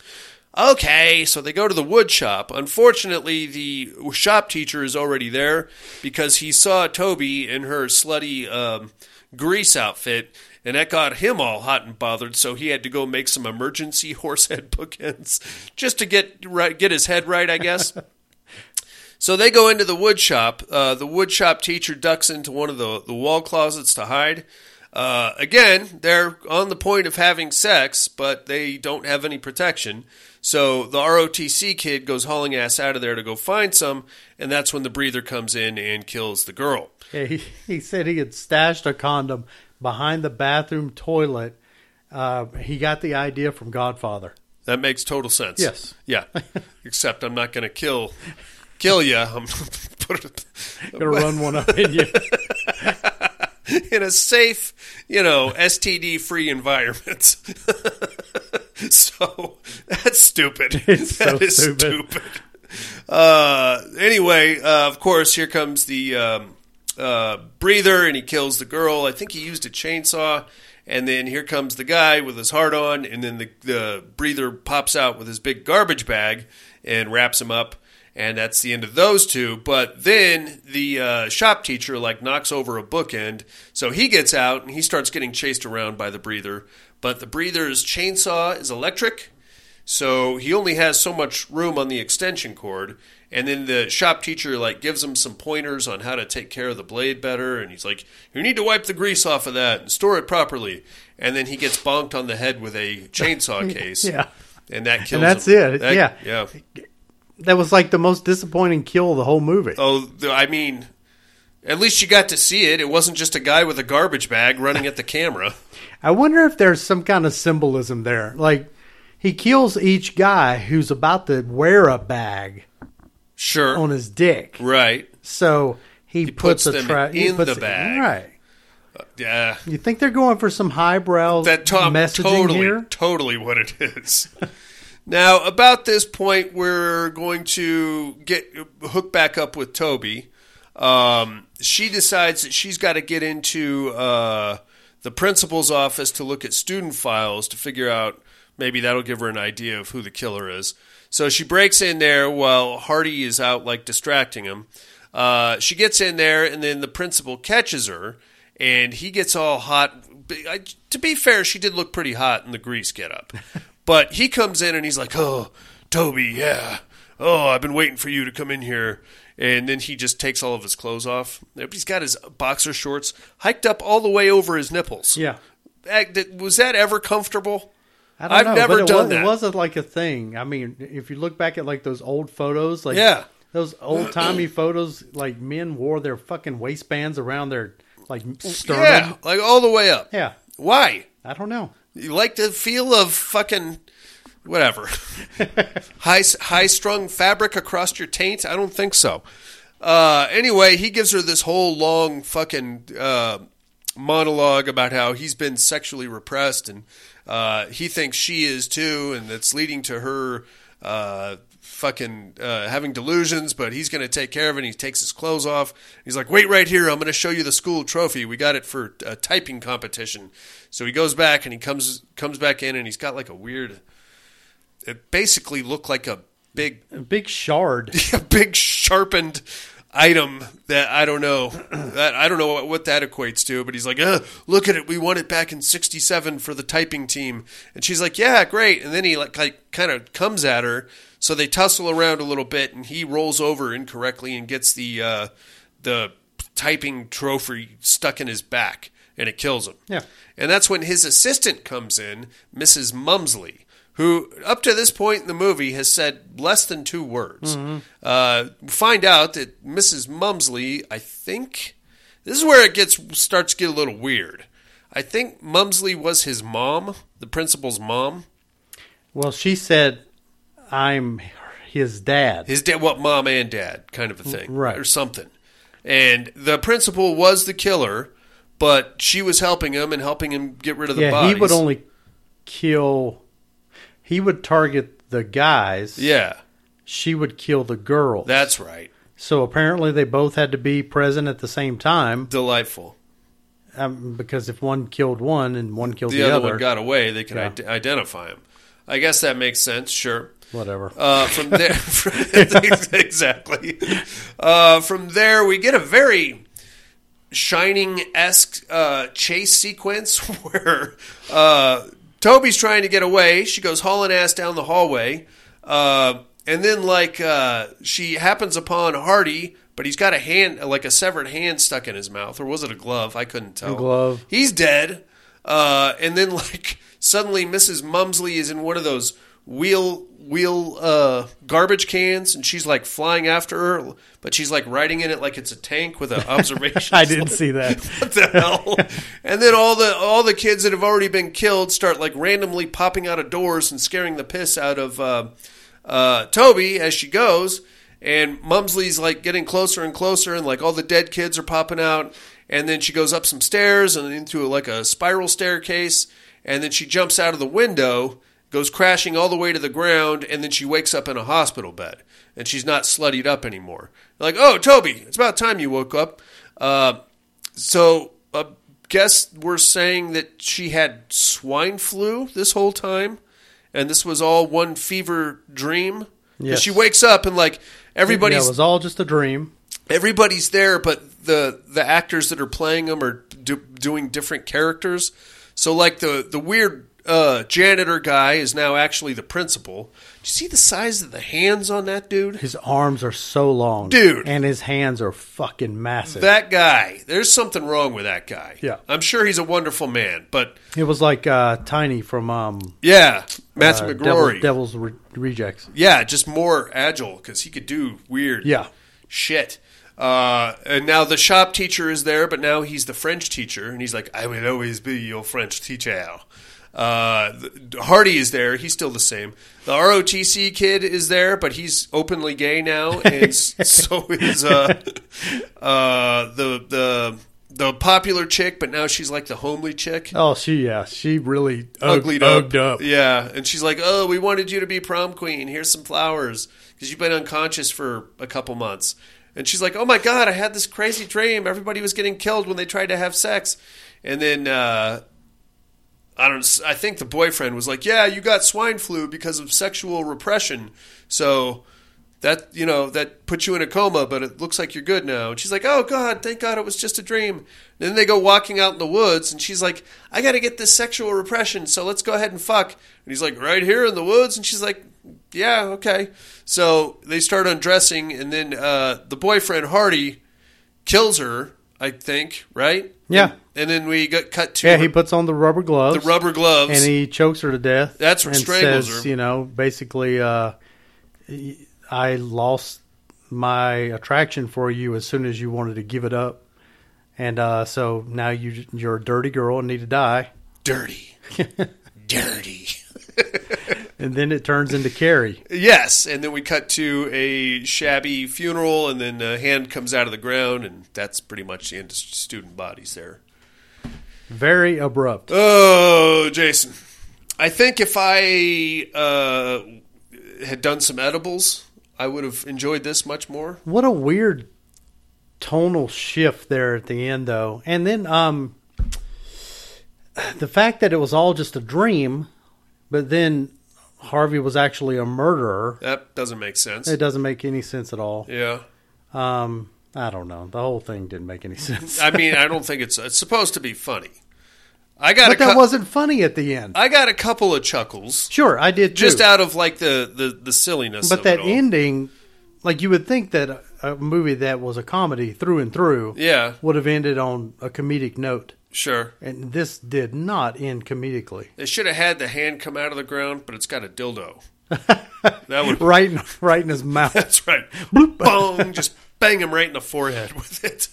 Okay, so they go to the wood shop. Unfortunately, the shop teacher is already there because he saw Toby in her slutty um, grease outfit, and that got him all hot and bothered. So he had to go make some emergency [LAUGHS] horse head bookends just to get right, get his head right, I guess. So they go into the wood shop. Uh, the wood shop teacher ducks into one of the, the wall closets to hide. Uh, again, they're on the point of having sex, but they don't have any protection. So the ROTC kid goes hauling ass out of there to go find some, and that's when the breather comes in and kills the girl. Yeah, he, he said he had stashed a condom behind the bathroom toilet. Uh, he got the idea from Godfather. That makes total sense. Yes. Yeah. Except I'm not going to kill kill you. I'm [LAUGHS] going Gonna run one up in you. in a safe, you know, STD free environment. [LAUGHS] so that's stupid. It's so That is stupid. Uh, anyway, uh, of course, here comes the um, uh, breather, and he kills the girl. I think he used a chainsaw. And then here comes the guy with his heart on, and then the, the breather pops out with his big garbage bag and wraps him up and that's the end of those two. But then the uh, shop teacher like knocks over a bookend, so he gets out and he starts getting chased around by the breather. But the breather's chainsaw is electric, so he only has so much room on the extension cord. And then the shop teacher like gives him some pointers on how to take care of the blade better, and he's like, "You need to wipe the grease off of that and store it properly." And then he gets bonked on the head with a chainsaw [LAUGHS] case. Yeah. And that kills And that's him. it. That- Yeah. Yeah. That was like the most disappointing kill of the whole movie. Oh, the, I mean, At least you got to see it. It wasn't just a guy with a garbage bag running at [LAUGHS] the camera. I wonder if there's some kind of symbolism there. Like he kills each guy who's about to wear a bag Sure. on his dick. Right. So he, puts puts, a them tra- he in puts the bag. Right. Yeah. You think they're going for some highbrow that Tom messaging totally, here? totally what it is. [LAUGHS] now, about this point, we're going to get hook back up with Toby. Um, she decides that she's got to get into uh, the principal's office to look at student files to figure out maybe that'll give her an idea of who the killer is. So she breaks in there while Hardy is out, like distracting him. Uh, she gets in there, and then the principal catches her, and he gets all hot. B- I- to be fair, she did look pretty hot in the grease getup, but he comes in and he's like, "Oh, Toby, yeah, oh, I've been waiting for you to come in here." And then he just takes all of his clothes off. He's got his boxer shorts hiked up all the way over his nipples. Yeah. Act- did- was that ever comfortable? I don't have know, never but it done was, that. It wasn't like a thing. I mean, if you look back at like those old photos, like Yeah. those old timey [CLEARS THROAT] photos, like men wore their fucking waistbands around their like sternum. yeah, like all the way up. Yeah. Why? I don't know. You like the feel of fucking whatever [LAUGHS] high high strung fabric across your taint? I don't think so. Uh, anyway, he gives her this whole long fucking uh, monologue about how he's been sexually repressed and uh, he thinks she is too, and that's leading to her uh, fucking uh, having delusions. But he's going to take care of it. And he takes his clothes off. He's like, "Wait right here. I'm going to show you the school trophy. We got it for a typing competition." So he goes back and he comes comes back in and he's got like a weird. It basically looked like a big [LAUGHS] A big shard. a big sharpened item that I don't know that I don't know what, what that equates to, but he's like, uh, look at it, we won it back in '67 for the typing team, and she's like, yeah, great, and then he like, like kind of comes at her, so they tussle around a little bit, and he rolls over incorrectly and gets the uh, the typing trophy stuck in his back, and it kills him. Yeah. And that's when his assistant comes in, Mrs. Mumsley, who up to this point in the movie has said less than two words. Mm-hmm. Uh, find out that Mrs. Mumsley, I think, this is where it gets starts to get a little weird. I think Mumsley was his mom, the principal's mom. Well, she said, "I'm his dad." His dad, what mom and dad, kind of a thing, Mm, Right. or something. And the principal was the killer, but she was helping him and helping him get rid of the yeah, bodies. he would only kill. He would target the guys. Yeah, She would kill the girls. that's right. so apparently they both had to be present at the same time Delightful. um, because if one killed one and one killed the, the, other, one got away, they could Yeah. ide- identify him. I guess that makes sense. Sure. whatever. Uh, from there, [LAUGHS] from, exactly. Uh, from there, we get a very shining esque uh, chase sequence [LAUGHS] where uh, Toby's trying to get away. She goes hauling ass down the hallway, uh, and then like uh, she happens upon Hardy. But he's got a hand, like a severed hand, stuck in his mouth, or was it a glove? I couldn't tell. glove. He's dead. Uh, and then [LAUGHS] like suddenly Mrs. Mumsley is in one of those wheel wheel uh, garbage cans and she's like flying after her, but she's like riding in it like it's a tank with an [LAUGHS] observation. I didn't see that. what the hell? and then all the all the kids that have already been killed start like randomly popping out of doors and scaring the piss out of uh, uh, Toby as she goes. And Mumsley's like getting closer and closer, and like all the dead kids are popping out. And then she goes up some stairs and into like a spiral staircase. And then she jumps out of the window, goes crashing all the way to the ground, and then she wakes up in a hospital bed. And she's not sluttied up anymore. Like, oh, Toby, it's about time you woke up. Uh, so, I guess we're saying that she had swine flu this whole time, and this was all one fever dream. Yeah. Yes. She wakes up and like Yeah, [LAUGHS] everybody's it was all just a dream. everybody's there, but the the actors that are playing them are do, doing different characters. So like the the weird uh, janitor guy is now actually the principal. Do you see the size of the hands on that dude? His arms are so long, Dude. and his hands are fucking massive. That guy, there's something wrong with that guy. Yeah. I'm sure he's a wonderful man, but it was like uh, Tiny from um, yeah, Matthew uh, McGrory. Devil's, Devil's Re- Rejects. Yeah, just more agile because he could do weird Yeah. shit. Uh, and now the shop teacher is there, but now he's the French teacher, and he's like, "I will always be your French teacher." Uh, the- Hardy is there; he's still the same. The ROTC kid is there, but he's openly gay now, and s- so is uh, uh, the the the popular chick, but now she's like the homely chick Oh, she yeah, she really uglied uglied up. ugged up. Yeah, and she's like, "Oh, we wanted you to be prom queen. Here's some flowers because you've been unconscious for a couple months." And she's like, "Oh my god, I had this crazy dream. Everybody was getting killed when they tried to have sex." And then uh, I don't. I think the boyfriend was like, "Yeah, you got swine flu because of sexual repression." So. That you know that put you in a coma, but it looks like you're good now. And she's like, "Oh God, thank God it was just a dream." And then they go walking out in the woods, and she's like, "I got to get this sexual repression, so let's go ahead and fuck." And he's like, "Right here in the woods," and she's like, "Yeah, okay." So they start undressing, and then uh, the boyfriend Hardy kills her, I think, right? Yeah. And then we got cut to Yeah, her- he puts on the rubber gloves. The rubber gloves. And he chokes her to death. That's what and strangles says, her. You know, basically, uh, I lost my attraction for you as soon as you wanted to give it up. And uh, so now you, you're a dirty girl and need to die. [LAUGHS] Dirty. dirty. and then it turns into Carrie. [LAUGHS] Yes, and then we cut to a shabby funeral, and then a hand comes out of the ground, and that's pretty much the end of student bodies there. Very abrupt. Oh, Jason. I think if I uh, had done some edibles, I would have enjoyed this much more. What a weird tonal shift there at the end, though. And then um, the fact that it was all just a dream, but then Harvey was actually a murderer. That doesn't make sense. It doesn't make any sense at all. Yeah. Um, I don't know. The whole thing didn't make any [LAUGHS] sense. I mean, I don't think it's it's supposed to be funny. I got a but that cou- wasn't funny at the end. I got a couple of chuckles. Sure, I did too. Just out of like the the, the silliness but of that it all. ending, like you would think that a- a movie that was a comedy through and through, Yeah. would have ended on a comedic note. sure. And this did not end comedically. They should have had the hand come out of the ground, but it's got a dildo. That would [LAUGHS] right, in, right in his mouth. That's right. Bloop. Bong. Just bang him right in the forehead with it.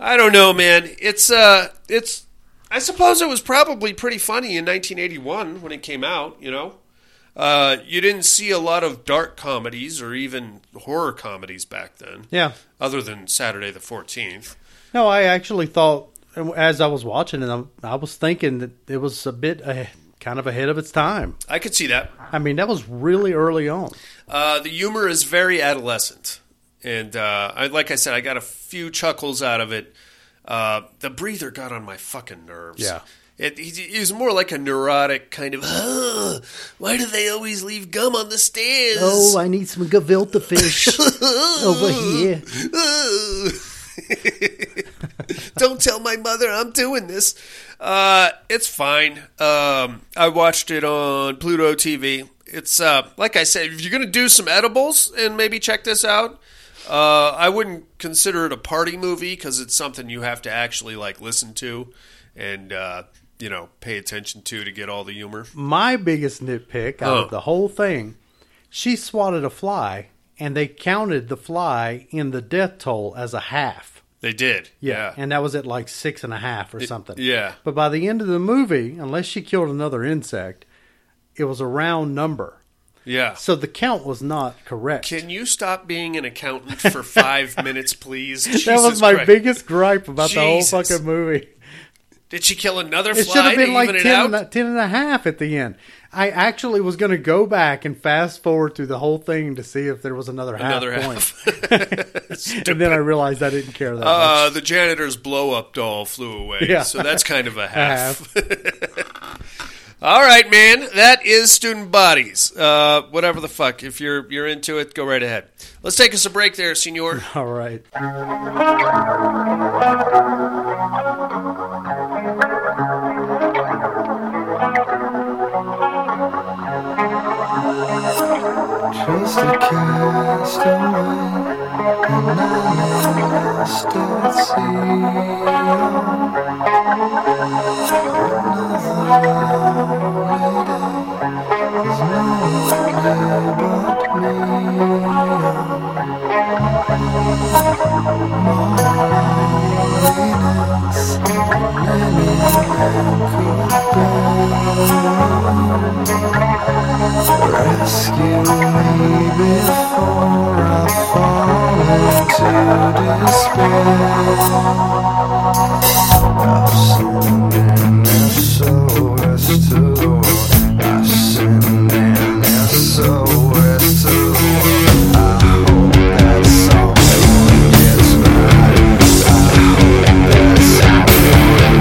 I don't know, man. It's uh, it's. I suppose it was probably pretty funny in 1981 when it came out. You know, uh, you didn't see a lot of dark comedies or even horror comedies back then. Yeah. Other than Saturday the 14th. No, I actually thought as I was watching it, I, I was thinking that it was a bit uh, kind of ahead of its time. I could see that. I mean, that was really early on. Uh, the humor is very adolescent, and uh, I, like I said, I got a few chuckles out of it. Uh, the breather got on my fucking nerves. Yeah. It, he, he was more like a neurotic kind of. "Ugh, why do they always leave gum on the stairs? Oh, I need some gavilta [LAUGHS] fish over here. Don't tell my mother I'm doing this. Uh, it's fine. Um, I watched it on Pluto TV. It's uh, like I said, if you're gonna do some edibles and maybe check this out, uh, I wouldn't consider it a party movie because it's something you have to actually like listen to and uh, you know pay attention to to get all the humor. My biggest nitpick out Oh. of the whole thing, she swatted a fly, and they counted the fly in the death toll as a half. They did, yeah, And that was at like six and a half or something. yeah. But by the end of the movie, unless she killed another insect, it was a round number. yeah. So the count was not correct. Can you stop being an accountant for five minutes, please? [LAUGHS] that was Jesus my Christ. biggest gripe about Jesus. the whole fucking movie. Did she kill another It should fly have to been like even it 10 out? and, a, 10 and a half at the end. I actually was going to go back and fast forward through the whole thing to see if there was another half Another [LAUGHS] point. and then I realized I didn't care that much. Uh, the janitor's blow up doll flew away. Yeah. So that's [LAUGHS] kind of a half. [LAUGHS] All right, man. That is student bodies. Uh, whatever the fuck. If you're you're into it, go right ahead. Let's take us a break there, [LAUGHS] senor. All right. Just a castaway, and I lost at sea. Another lonely day, there's no one there but me. Rescue me before I fall into despair. I've sinned and SOS to the world. I've sinned and SOS to the world. I hope that someone gets mad. I hope that someone gets mad.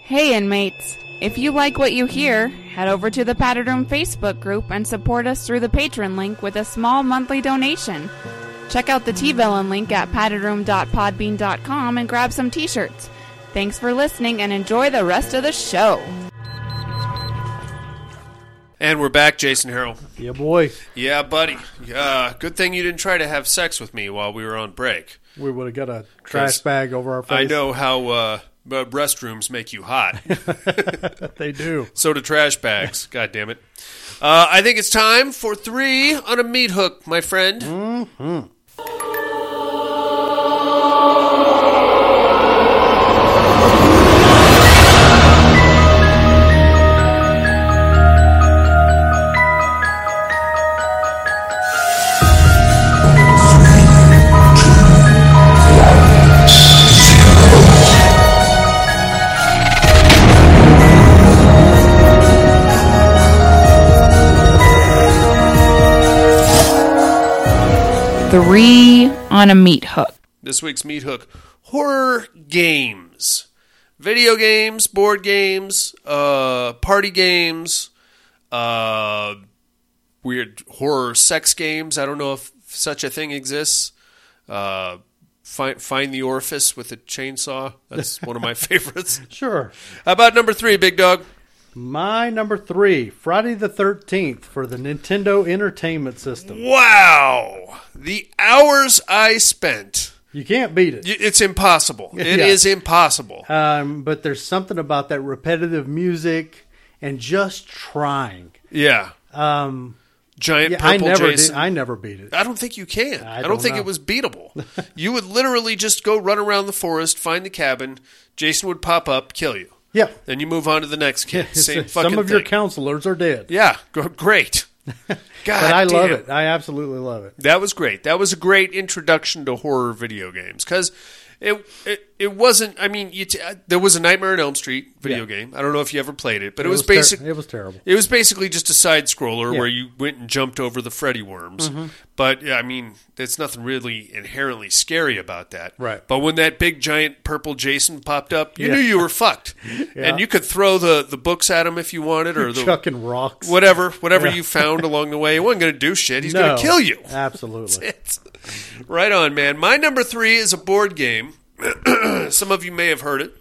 Hey, inmates! If you like what you hear, head over to the Padded Room Facebook group and support us through the patron link with a small monthly donation. Check out the T Villain link at paddedroom.podbean.com and grab some t shirts. Thanks for listening and enjoy the rest of the show. And we're back, Jason Harrell. Yeah, boy. Yeah, buddy. Uh, good thing you didn't try to have sex with me while we were on break. We would have got a trash 'Cause bag over our face. I know how uh, b- restrooms make you [LAUGHS] hot. [LAUGHS] they do. So do trash bags. God damn it. Uh, I think it's time for three on a meat hook, my friend. Mm-hmm. Three on a meat hook. This week's meat hook horror games. Video games, board games, uh, party games, uh, weird horror sex games. I don't know if such a thing exists. Uh, find, find the orifice with a chainsaw. That's one of my favorites. Sure. How about number three, Big Dog? My number three, Friday the 13th for the Nintendo Entertainment System. Wow! The hours I spent. You can't beat it. It's [LAUGHS] impossible. It is Yeah. impossible. Um, but there's something about that repetitive music and just trying. Yeah. Um, Giant yeah, purple I never Jason. Did, I never beat it. I don't think you can. I don't, don't think know. it [LAUGHS] was beatable. you would literally just go run around the forest, find the cabin. Jason would pop up, kill you. Yeah. Then you move on to the [LAUGHS] next kid. [LAUGHS] Same fucking Some of your thing. counselors are dead. Yeah, [LAUGHS] gr- great. God but I love damn. it. I absolutely love it. That was great. That was a great introduction to horror video games because it, it it wasn't. I mean, you t- uh, there was a Nightmare on Elm Street video Yeah. game. I don't know if you ever played it, but it, It was, was ter- basic. it was terrible. It was basically just a side scroller Yeah. where you went and jumped over the Freddy worms. Mhm. But yeah, I mean, there's nothing really inherently scary about that. Right. But when that big giant purple Jason popped up, you Yeah. knew you were fucked, [LAUGHS] Yeah. and you could throw the the books at him if you wanted, or You're the chucking rocks. whatever, whatever Yeah. you found along the way. It wasn't going to do shit. He's going No. to kill you. [LAUGHS] Absolutely. That's it. Right on, man. My number three is a board game. [CLEARS THROAT] Some of you may have heard it,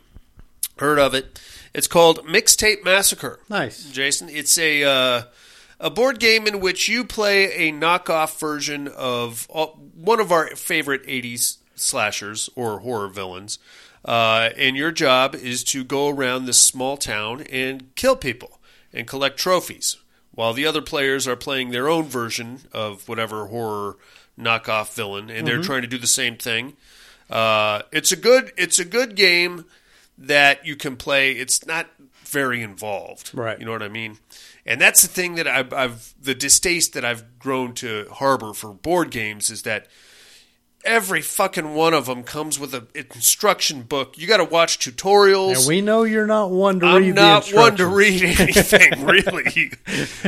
heard of it. It's called Mixtape Massacre. Nice. Jason. It's a uh, a board game in which you play a knockoff version of all, one of our favorite '80s slashers or horror villains, uh, and your job is to go around this small town and kill people and collect trophies, while the other players are playing their own version of whatever horror knockoff villain, and they're Mhm. trying to do the same thing. Uh, it's a good it's a good game that you can play. It's not very involved, Right. You know what I mean? And that's the thing that I've, I've the distaste that I've grown to harbor for board games is that every fucking one of them comes with a instruction book. You got to watch tutorials. And we know you're not one to I'm read the not one to [LAUGHS] read instructions. anything, really.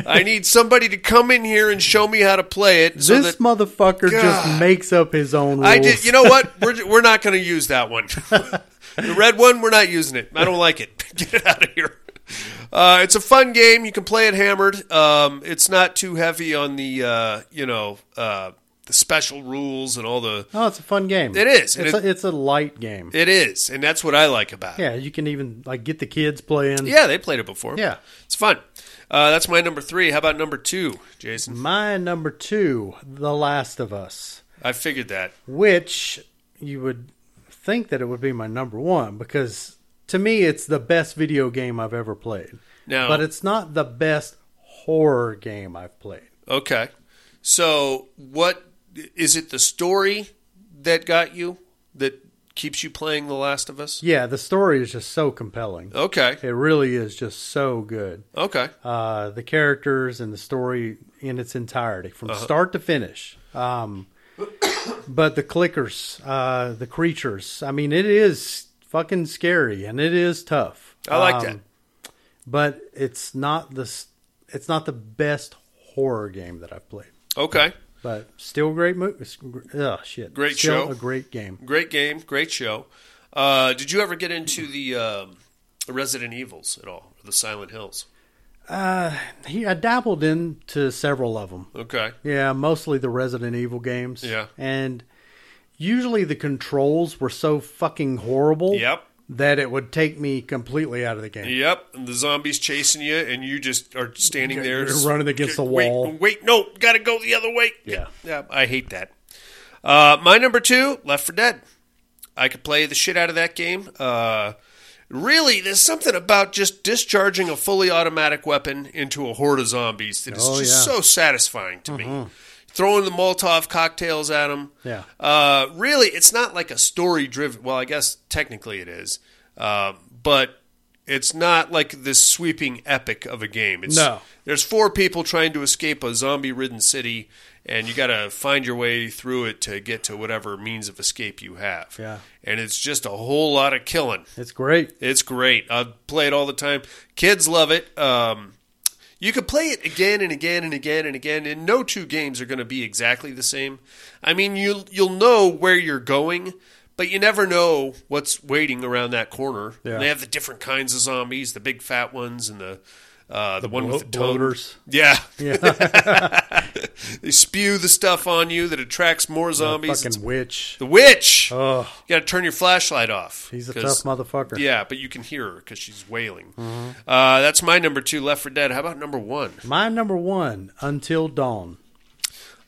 I need somebody to come in here and show me how to play it. so this that motherfucker just God. makes up his own rules. I did. You [LAUGHS] know what? We're we're not going to use that one. the red one, we're not using it. I don't like it. [LAUGHS] Get it out of here. Uh, it's a fun game. You can play it hammered. Um, it's not too heavy on the uh, you know uh, the special rules and all the. Oh, it's a fun game. It is. It's, It- a, it's a light game. It is, and that's what I like about it. Yeah, you can even like get the kids playing. Yeah, they played it before. Yeah. it's fun. Uh, that's my number three. How about number two, Jason? My number two, The Last of Us, I figured that. which you would think that it would be my number one because to me it's the best video game I've ever played. Now- but it's not the best horror game I've played. Okay. So, what is it the story that got you that keeps you playing The Last of Us? Yeah, the story is just so compelling. Okay. It really is just so good. Okay. Uh, the characters and the story in its entirety, from Uh-huh. start to finish. Um, but the clickers, uh, the creatures. I mean, it is fucking scary and it is tough. Um, I like that. But it's not the s- it's not the best horror game that I've played. Okay. But still great movie. Oh shit! Great still show. A great game. Great game, great show. Uh, did you ever get into the um, Resident Evils at all, or the Silent Hills? Uh, he I dabbled into several of them. Okay. Yeah, mostly the Resident Evil games. Yeah. and usually the controls were so fucking horrible. Yep. That it would take me completely out of the game. Yep, and the zombies chasing you, and you just are standing there, You're running against the Wait, wall. Wait, no, gotta go the other way. Yeah. yeah, I hate that. Uh, my number two, Left for Dead. I could play the shit out of that game. Uh, really, there's something about just discharging a fully automatic weapon into a horde of zombies that is Oh, just yeah. so satisfying to me. Throwing the Molotov cocktails at them. Mm-hmm. Yeah. Uh, really, it's not like a story driven. Well, I guess technically it is, um, but it's not like this sweeping epic of a game. It's, No. There's four people trying to escape a zombie ridden city, and you got to find your way through it to get to whatever means of escape you have. Yeah. And it's just a whole lot of killing. It's great. It's great. I play it all the time. Kids love it. Um, you could play it again and again and again and again, and no two games are going to be exactly the same. I mean, you'll you'll know where you're going, but you never know what's waiting around that corner. Yeah. They have the different kinds of zombies, the big fat ones, and the uh, the, one blo- with the tongue. [LAUGHS] bloaters. Yeah, Yeah. they spew the stuff on you that attracts more zombies. fucking witch. The witch. Oh. You got to turn your flashlight off. He's a 'cause- tough motherfucker. Yeah, but you can hear her because she's wailing. Mhm. Uh, that's my number two, Left for Dead. How about number one? My number one, Until Dawn.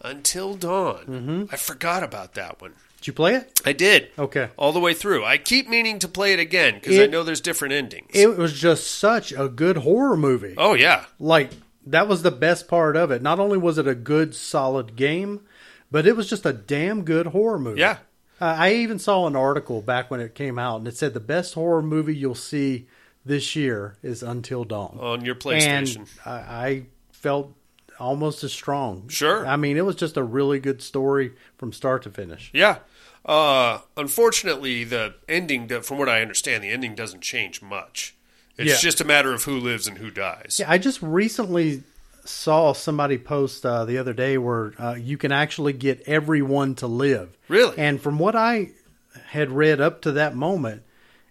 Until Dawn. Mm-hmm. I forgot about that one. Did you play it? I did. Okay. All the way through. I keep meaning to play it again because I It- know there's different endings. It was just such a good horror movie. Oh, yeah. Like that was the best part of it. Not only was it a good solid game, but it was just a damn good horror movie. Yeah. Uh, I even saw an article back when it came out and it said the best horror movie you'll see this year is Until Dawn On your And Oh, PlayStation. I, I felt almost as strong. Sure. I mean, it was just a really good story from start to finish. Yeah. Uh, unfortunately, the ending, do- from what I understand, the ending doesn't change much. It's Yeah. just a matter of who lives and who dies. Yeah, I just recently saw somebody post uh, the other day where uh, you can actually get everyone to live. Really? And from what I had read up to that moment,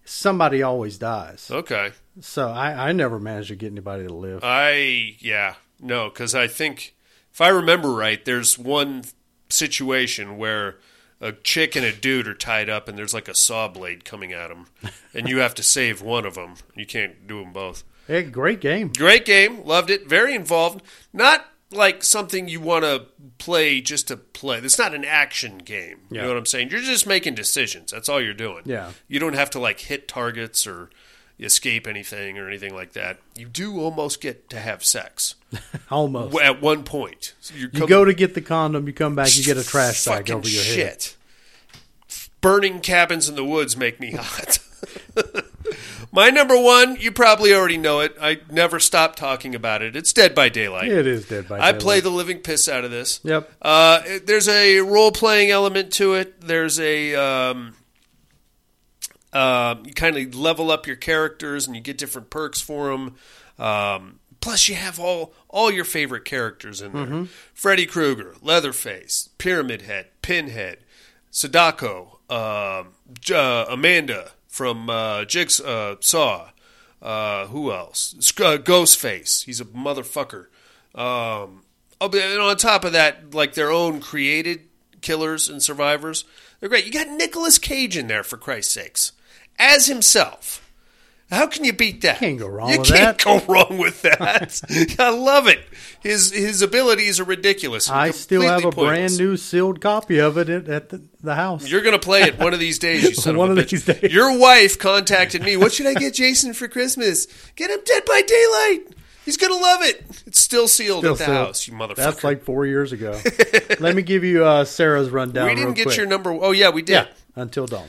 somebody always dies. Okay. So I, I never managed to get anybody to live. Uh. I yeah no because I think if I remember right, there's one situation where a chick and a dude are tied up and there's like a saw blade coming at them, and you have to save one of them. You can't do them both. Hey, great [LAUGHS] game. Great game, loved it. Very involved. Not like something you want to play just to play. It's not an action game. You Yeah. know what I'm saying? You're just making decisions. That's all you're doing. Yeah. You don't have to like hit targets or escape anything or anything like that. You do almost get to have [LAUGHS] sex Almost. w- at one point. So you're you com- go to get the condom, you come back, you get a trash bag fucking over your shit. head. Burning cabins in the woods make me hot. [LAUGHS] My number one, you probably already know it. I never stop talking about it. It's Dead by Daylight. It is Dead by I play Daylight. the living piss out of this. Yep. Uh, it- there's a role playing element to it. There's a um, um, you kind of level up your characters and you get different perks for them. Um, plus, you have all all your favorite characters in there: Mhm. Freddy Krueger, Leatherface, Pyramid Head, Pinhead, Sadako, um, J- uh, Amanda from uh, Jigs uh, Saw. Uh, who else? Sc- uh, Ghostface. He's a motherfucker. Um, oh, but- and on top of that, like their own created killers and survivors. They're great. You got Nicolas Cage in there for Christ's sakes, as himself. How can you beat that? Can't go wrong. You with can't that. go wrong with that. [LAUGHS] I love it. His his abilities are ridiculous. and I still have a completely pointless. brand new sealed copy of it at, at the, the house. You're gonna play it one of [LAUGHS] these days. You son One of of, a bitch. these days. Your wife contacted me. What should I get Jason for Christmas? Get him Dead by Daylight. He's gonna love it. It's still sealed Still at the sealed. house. You motherfucker. That's like four years ago. [LAUGHS] Let me give you uh, Sarah's rundown. we didn't real get quick. your number. Oh yeah, we did. Yeah, until dawn.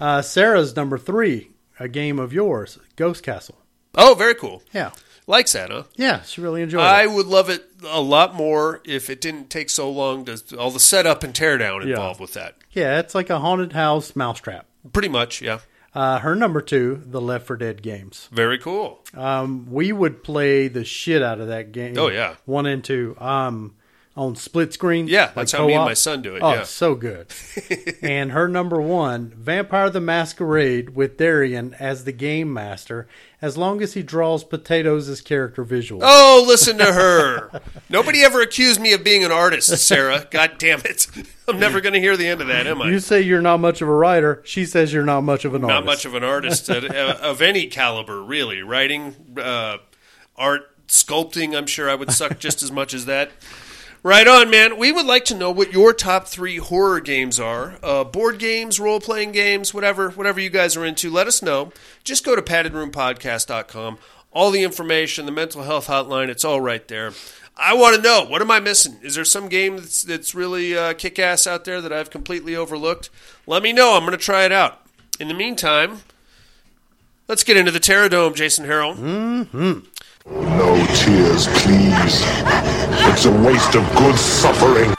Uh, Sarah's number three, a game of yours, Ghost Castle. Oh, very cool. Yeah. Likes that, huh? Oh, Yeah, she really enjoyed I it. would love it a lot more if it didn't take so long to all the setup and teardown Yeah. involved with that. Yeah, it's like a haunted house mousetrap. Pretty much, yeah. Uh, her number two, the Left for Dead games. Very cool. Um, we would play the shit out of that game. Oh, yeah. one and two. Um, on split screen. Yeah, like that's how me and co-op. my son do it, Oh, yeah. so [LAUGHS] good. and her number one, Vampire the Masquerade, with Darian as the game master, as long as he draws potatoes as character visuals. Oh, listen to her. Nobody ever accused me of being an artist, [LAUGHS] Sarah. God damn it. I'm never going to hear the end of that, am I? You say you're not much of a writer. She says you're not much of an Not artist. much of an artist at, uh, of any caliber, really. Writing, uh, art, sculpting, I'm sure I would suck just as much as that. Right on, man. We would like to know what your top three horror games are. Uh, board games, role playing games, whatever, whatever you guys are into, let us know. Just go to paddedroompodcast.com. All the information, the mental health hotline, it's all right there. I want to know what am I missing? Is there some game that's, that's really uh, kick ass out there that I've completely overlooked? Let me know. I'm going to try it out. In the meantime, let's get into the Terror Dome, Jason Harrell. Hmm. No [LAUGHS] tears, please. It's a waste of good suffering.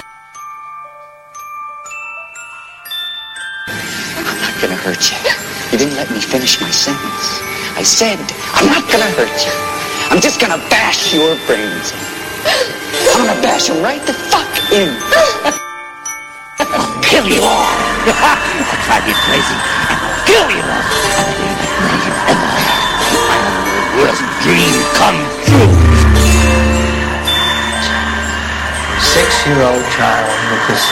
I'm not gonna hurt you. You didn't let me finish my sentence. I said, I'm not gonna hurt you. I'm just gonna bash your brains in. I'm gonna bash them right the fuck in. I'll kill you all. I'll drive you crazy. I'll kill you all. I'll be the greatest ever. I am the worst dream come true. Six-year-old child with this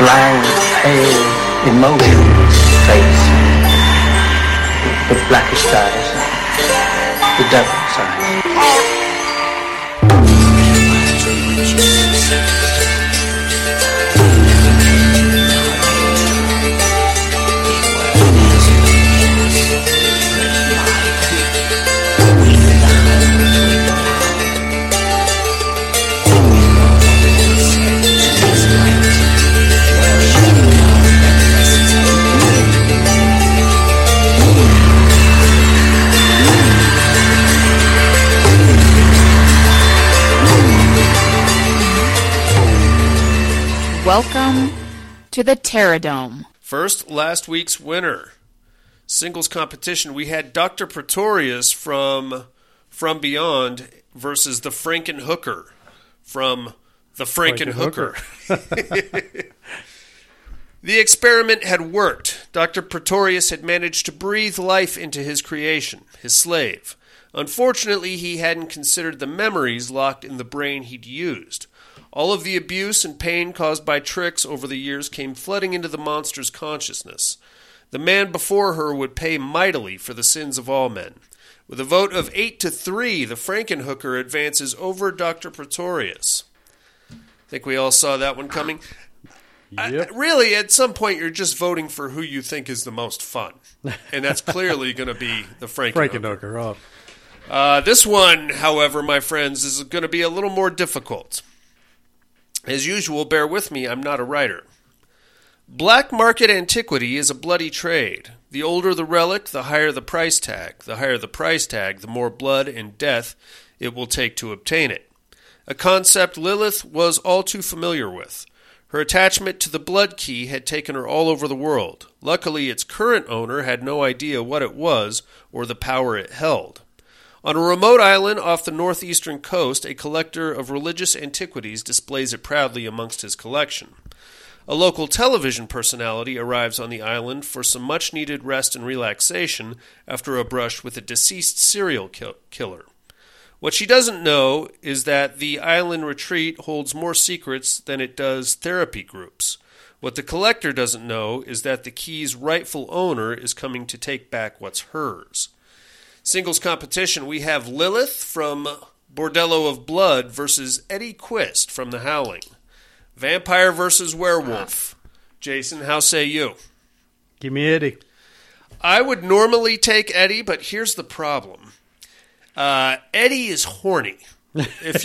blank, pale, emotionless face. The blackest eyes. The devil's eyes. Thank you. Welcome to the Terradome. First, last week's winner. Singles competition, we had Dr. Pretorius from From Beyond versus the Frankenhooker from The Frankenhooker. [LAUGHS] the experiment had worked. Dr. Pretorius had managed to breathe life into his creation, his slave. Unfortunately, he hadn't considered the memories locked in the brain he'd used. All of the abuse and pain caused by tricks over the years came flooding into the monster's consciousness. The man before her would pay mightily for the sins of all men. With a vote of 8 to 3, the Frankenhooker advances over Dr. Pretorius. I think we all saw that one coming. I- [LAUGHS] really, at some point, you're just voting for who you think is the most fun. And that's clearly going to be the Frankenhooker. Frankenhooker. Oh. Uh, this one, however, my friends, is going to be a little more difficult. As usual, bear with me, I'm not a writer. Black market antiquity is a bloody trade. The older the relic, the higher the price tag. The higher the price tag, the more blood and death it will take to obtain it. A concept Lilith was all too familiar with. Her attachment to the blood key had taken her all over the world. Luckily, its current owner had no idea what it was or the power it held. On a remote island off the northeastern coast, a collector of religious antiquities displays it proudly amongst his collection. A local television personality arrives on the island for some much needed rest and relaxation after a brush with a deceased serial kill- killer. What she doesn't know is that the island retreat holds more secrets than it does therapy groups. What the collector doesn't know is that the key's rightful owner is coming to take back what's hers singles competition, we have Lilith from Bordello of Blood versus Eddie Quist from The Howling. Vampire versus werewolf. Jason, how say you? Give me Eddie. I would normally take Eddie, but here's the problem. Uh, Eddie is horny. If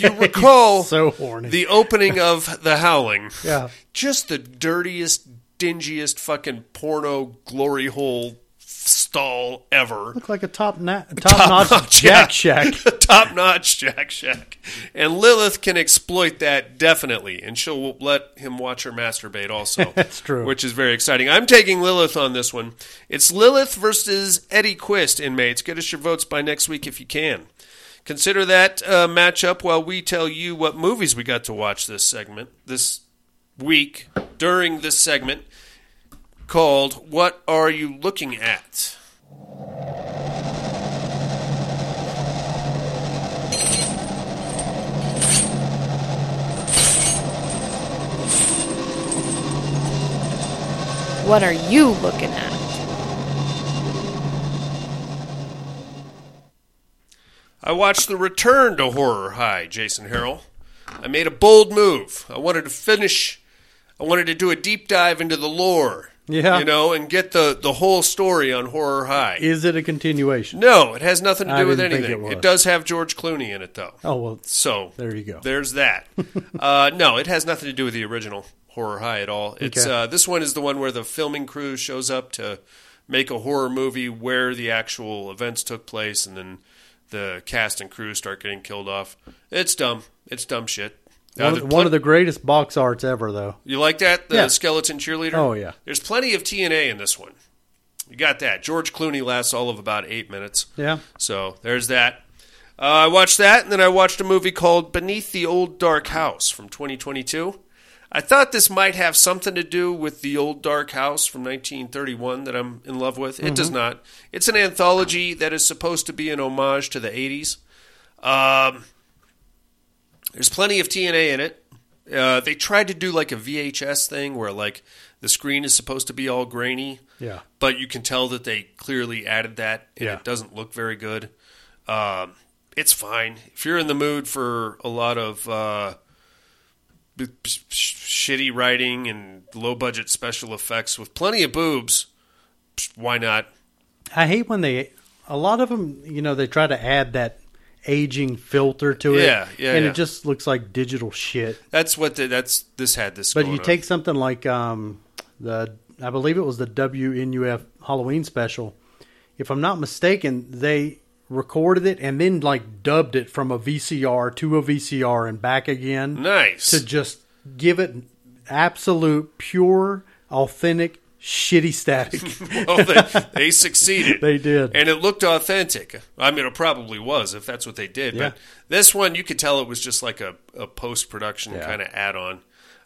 [LAUGHS] you recall, so horny. Oh, the opening of The Howling, Yeah. just the dirtiest, dingiest fucking porno glory hole stall ever. Look like a top [LAUGHS] na- top notch Jack Shack. top notch Jack Shack. And Lilith can exploit that definitely, and she'll let him watch her masturbate also. [LAUGHS] That's true. Which is very exciting. I'm taking Lilith on this one. It's Lilith versus Eddie Quist, inmates. Get us your votes by next week if you can. Consider that uh, matchup while we tell you what movies we got to watch this segment, this week, during this segment called What Are You Looking At? What are you looking at? I watched the return to horror high, Jason Harrell. I made a bold move. I wanted to finish. I wanted to do a deep dive into the lore. Yeah. You know, and get the, the whole story on horror high. Is it a continuation? No, it has nothing to do I with didn't think anything. it was. does have George Clooney in it, though. Oh well. So there you go. [LAUGHS] There's that. uh, no, it has nothing to do with the original horror high at all. It's Okay. uh, this one is the one where the filming crew shows up to make a horror movie where the actual events took place, and then the cast and crew start getting killed off. It's dumb. It's dumb shit. Now, One, there- one of the greatest box arts ever, though. you like that? The Yeah. skeleton cheerleader? Oh, yeah. There's plenty of TNA in this one. You got that. George Clooney lasts all of about eight minutes. Yeah. So there's that. Uh, I watched that, and then I watched a movie called Beneath the Old Dark House from 2022. I thought this might have something to do with the Old Dark House from 1931 that I'm in love with. It does Mhm. not. It's an anthology that is supposed to be an homage to the 80s. Um, there's plenty of TNA in it. Uh, they tried to do like a VHS thing where like the screen is supposed to be all grainy. Yeah. But you can tell that they clearly added that and Yeah. it doesn't look very good. Um, it's fine. If you're in the mood for a lot of uh, b- b- sh- shitty writing and low budget special effects with plenty of boobs, psh, why not? I hate when they a lot of them. You know, they try to add that aging filter to it. Yeah, yeah, and yeah. it just looks like digital shit. That's what the, that's this had this. But going you on. take something like um, the, I believe it was the WNUF Halloween special. If I'm not mistaken, they recorded it and then like dubbed it from a VCR to a VCR and back again. Nice. To just give it absolute, pure, authentic, shitty static. [LAUGHS] well, Oh, they, they succeeded. They did. And it looked authentic. I mean, it probably was if that's what they did. Yeah. But this one, you could tell it was just like a, a post production kind of add on.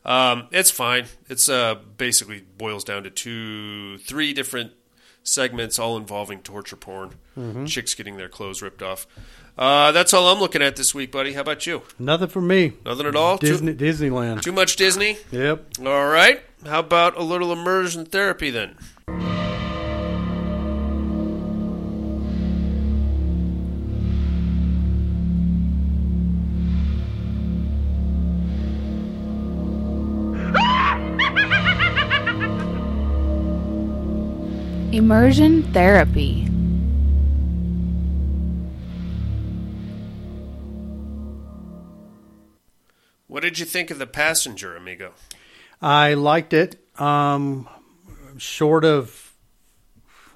Um, it's fine. It's uh, basically boils down to two, three different segments, all involving torture porn, Mhm. chicks getting their clothes ripped off. Uh, that's all I'm looking at this week, buddy. How about you? Nothing for me. Nothing at all? Disney, Disneyland. Too much Disney? Yep. All right. How about a little immersion therapy then? Immersion therapy. What did you think of the passenger, amigo? I liked it. Um, short of,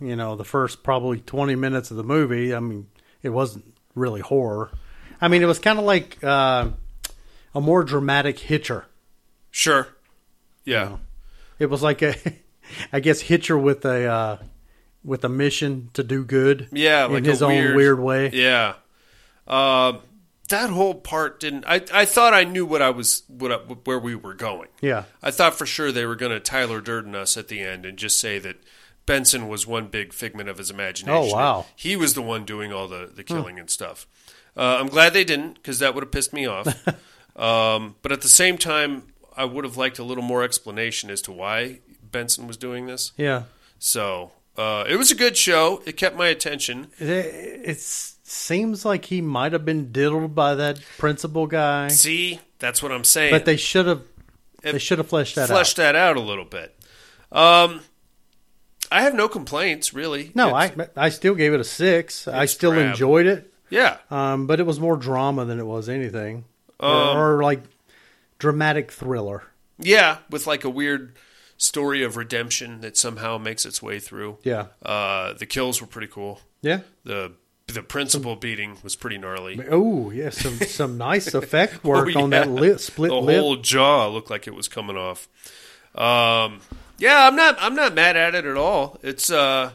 you know, the first probably 20 minutes of the movie, I mean, it wasn't really horror. I mean, it was kind of like uh, a more dramatic Hitcher. Sure. Yeah. It was like a, [LAUGHS] I guess, Hitcher with a uh, with a mission to do good. Yeah, in like his a own weird, weird, way. Yeah. Um, that whole part didn't. I I thought I knew what I was what I, where we were going. Yeah. I thought for sure they were going to Tyler Durden us at the end and just say that Benson was one big figment of his imagination. Oh, wow. He was the one doing all the the killing and stuff. Uh, I'm glad they didn't because that would have pissed me off. [LAUGHS] um, but at the same time, I would have liked a little more explanation as to why Benson was doing this. Yeah. So. Uh, it was a good show. It kept my attention. It, it seems like he might have been diddled by that principal guy, See, that's what I'm saying. but they should have It- they should have fleshed that out. flesh that out a little bit. Um, I have no complaints, really. No, It's- I I still gave it a six. I still drab. enjoyed it. Yeah. um, but it was more drama than it was anything, Or- Um, or, like dramatic thriller. yeah, with like a weird story of redemption that somehow makes its way through. Yeah. Uh, the kills were pretty cool. Yeah. The the principal beating was pretty gnarly. Oh yeah, some some [LAUGHS] nice effect Oh, work on that yeah. lip split The lip. whole jaw looked like it was coming off. Um, yeah, I'm not. I'm not mad at it at all. It's uh,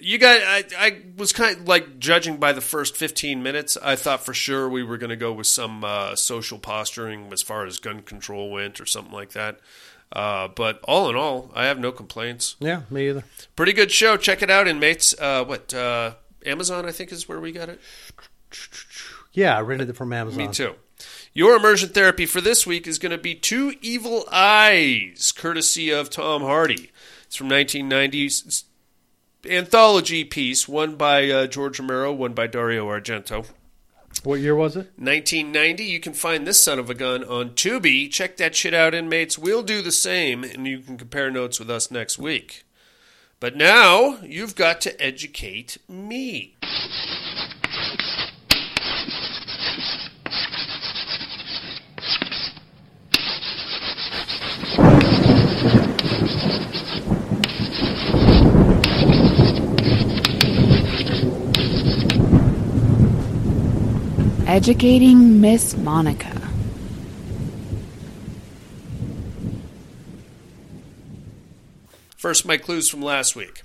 you got. I, I was kind of like judging by the first 15 minutes. I thought for sure we were going to go with some uh, social posturing as far as gun control went or something like that. Uh, but all in all, I have no complaints. Yeah, me either. Pretty good show. Check it out, inmates. Uh, what uh, Amazon? I think is where we got it. Yeah, I rented it from Amazon. Me too. Your immersion therapy for this week is going to be Two Evil Eyes, courtesy of Tom Hardy. It's from 1990s anthology piece, one by uh, George Romero, one by Dario Argento. What year was it? 1990. You can find this son of a gun on Tubi. Check that shit out, inmates. We'll do the same, and you can compare notes with us next week. But now you've got to educate me. Educating Miss Monica. First, my clues from last week.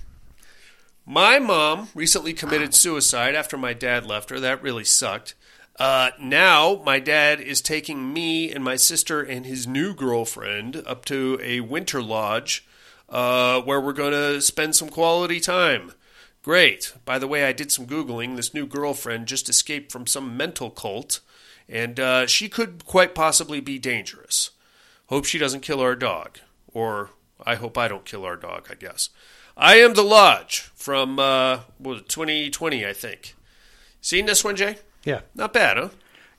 My mom recently committed suicide after my dad left her. That really sucked. Uh, now, my dad is taking me and my sister and his new girlfriend up to a winter lodge uh, where we're going to spend some quality time. Great. By the way, I did some Googling. This new girlfriend just escaped from some mental cult, and uh, she could quite possibly be dangerous. Hope she doesn't kill our dog. Or I hope I don't kill our dog, I guess. I am the Lodge from uh, what was it, 2020, I think. Seen this one, Jay? Yeah. Not bad, huh?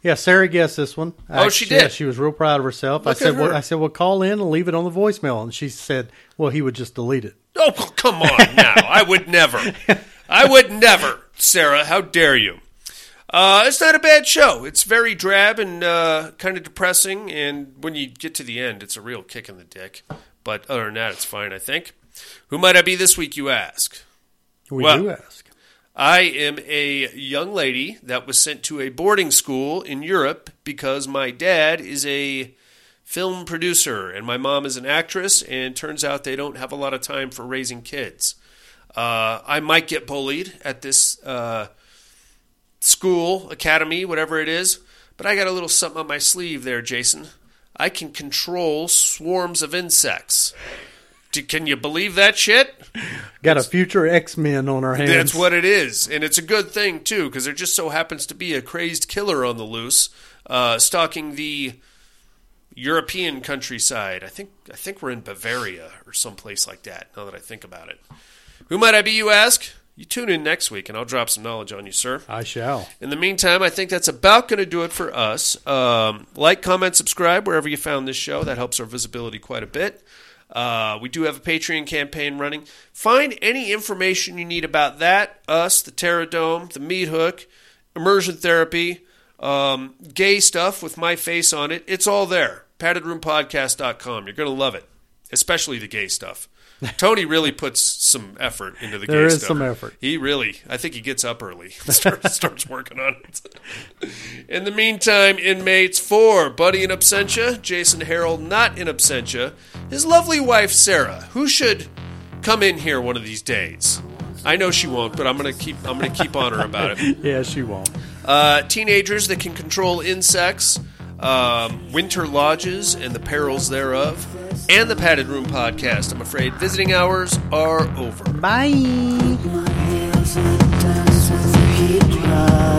Yeah, Sarah guessed this one. Oh, she Actually, yeah, did. she was real proud of herself. Look I said, at well, her. I said, well, call in and leave it on the voicemail, and she said, well, he would just delete it. Oh, c- come on now. I would never. I would never, Sarah. How dare you? Uh, it's not a bad show. It's very drab and uh, kind of depressing, and when you get to the end, it's a real kick in the dick. But other than that, it's fine, I think. Who might I be this week, you ask? We Well- do ask. I am a young lady that was sent to a boarding school in Europe because my dad is a film producer, and my mom is an actress, and turns out they don't have a lot of time for raising kids. Uh, I might get bullied at this uh, school, academy, whatever it is, but I got a little something on my sleeve there, Jason. I can control swarms of insects. Do, can you believe that shit? Got a future X Men on our hands. That's what it is, and it's a good thing too, because there just so happens to be a crazed killer on the loose, uh, stalking the European countryside. I think I think we're in Bavaria or someplace like that. Now that I think about it, who might I be? You ask. You tune in next week, and I'll drop some knowledge on you, sir. I shall. In the meantime, I think that's about going to do it for us. Um, like, comment, subscribe wherever you found this show. That helps our visibility quite a bit. Uh, we do have a Patreon campaign running. Find any information you need about that, us, the Terra Dome, the Meat Hook, immersion therapy, um, gay stuff with my face on it. It's all there. PaddedRoomPodcast.com. You're going to love it, especially the [LAUGHS] gay stuff. Tony really puts some effort into the There gay is stuff. some effort. He really, I think he gets up early, and [LAUGHS] starts, starts working on it. In the meantime, inmates for Buddy in absentia, Jason Harold not in absentia, his lovely wife Sarah, who should come in here one of these days. I know she won't, but I'm gonna keep I'm gonna keep on her about it. yeah, she won't. Uh, teenagers that can control insects, um, winter lodges and the perils thereof, and the padded room podcast. I'm afraid visiting hours are over. Bye. Hands are dancing, feet dry.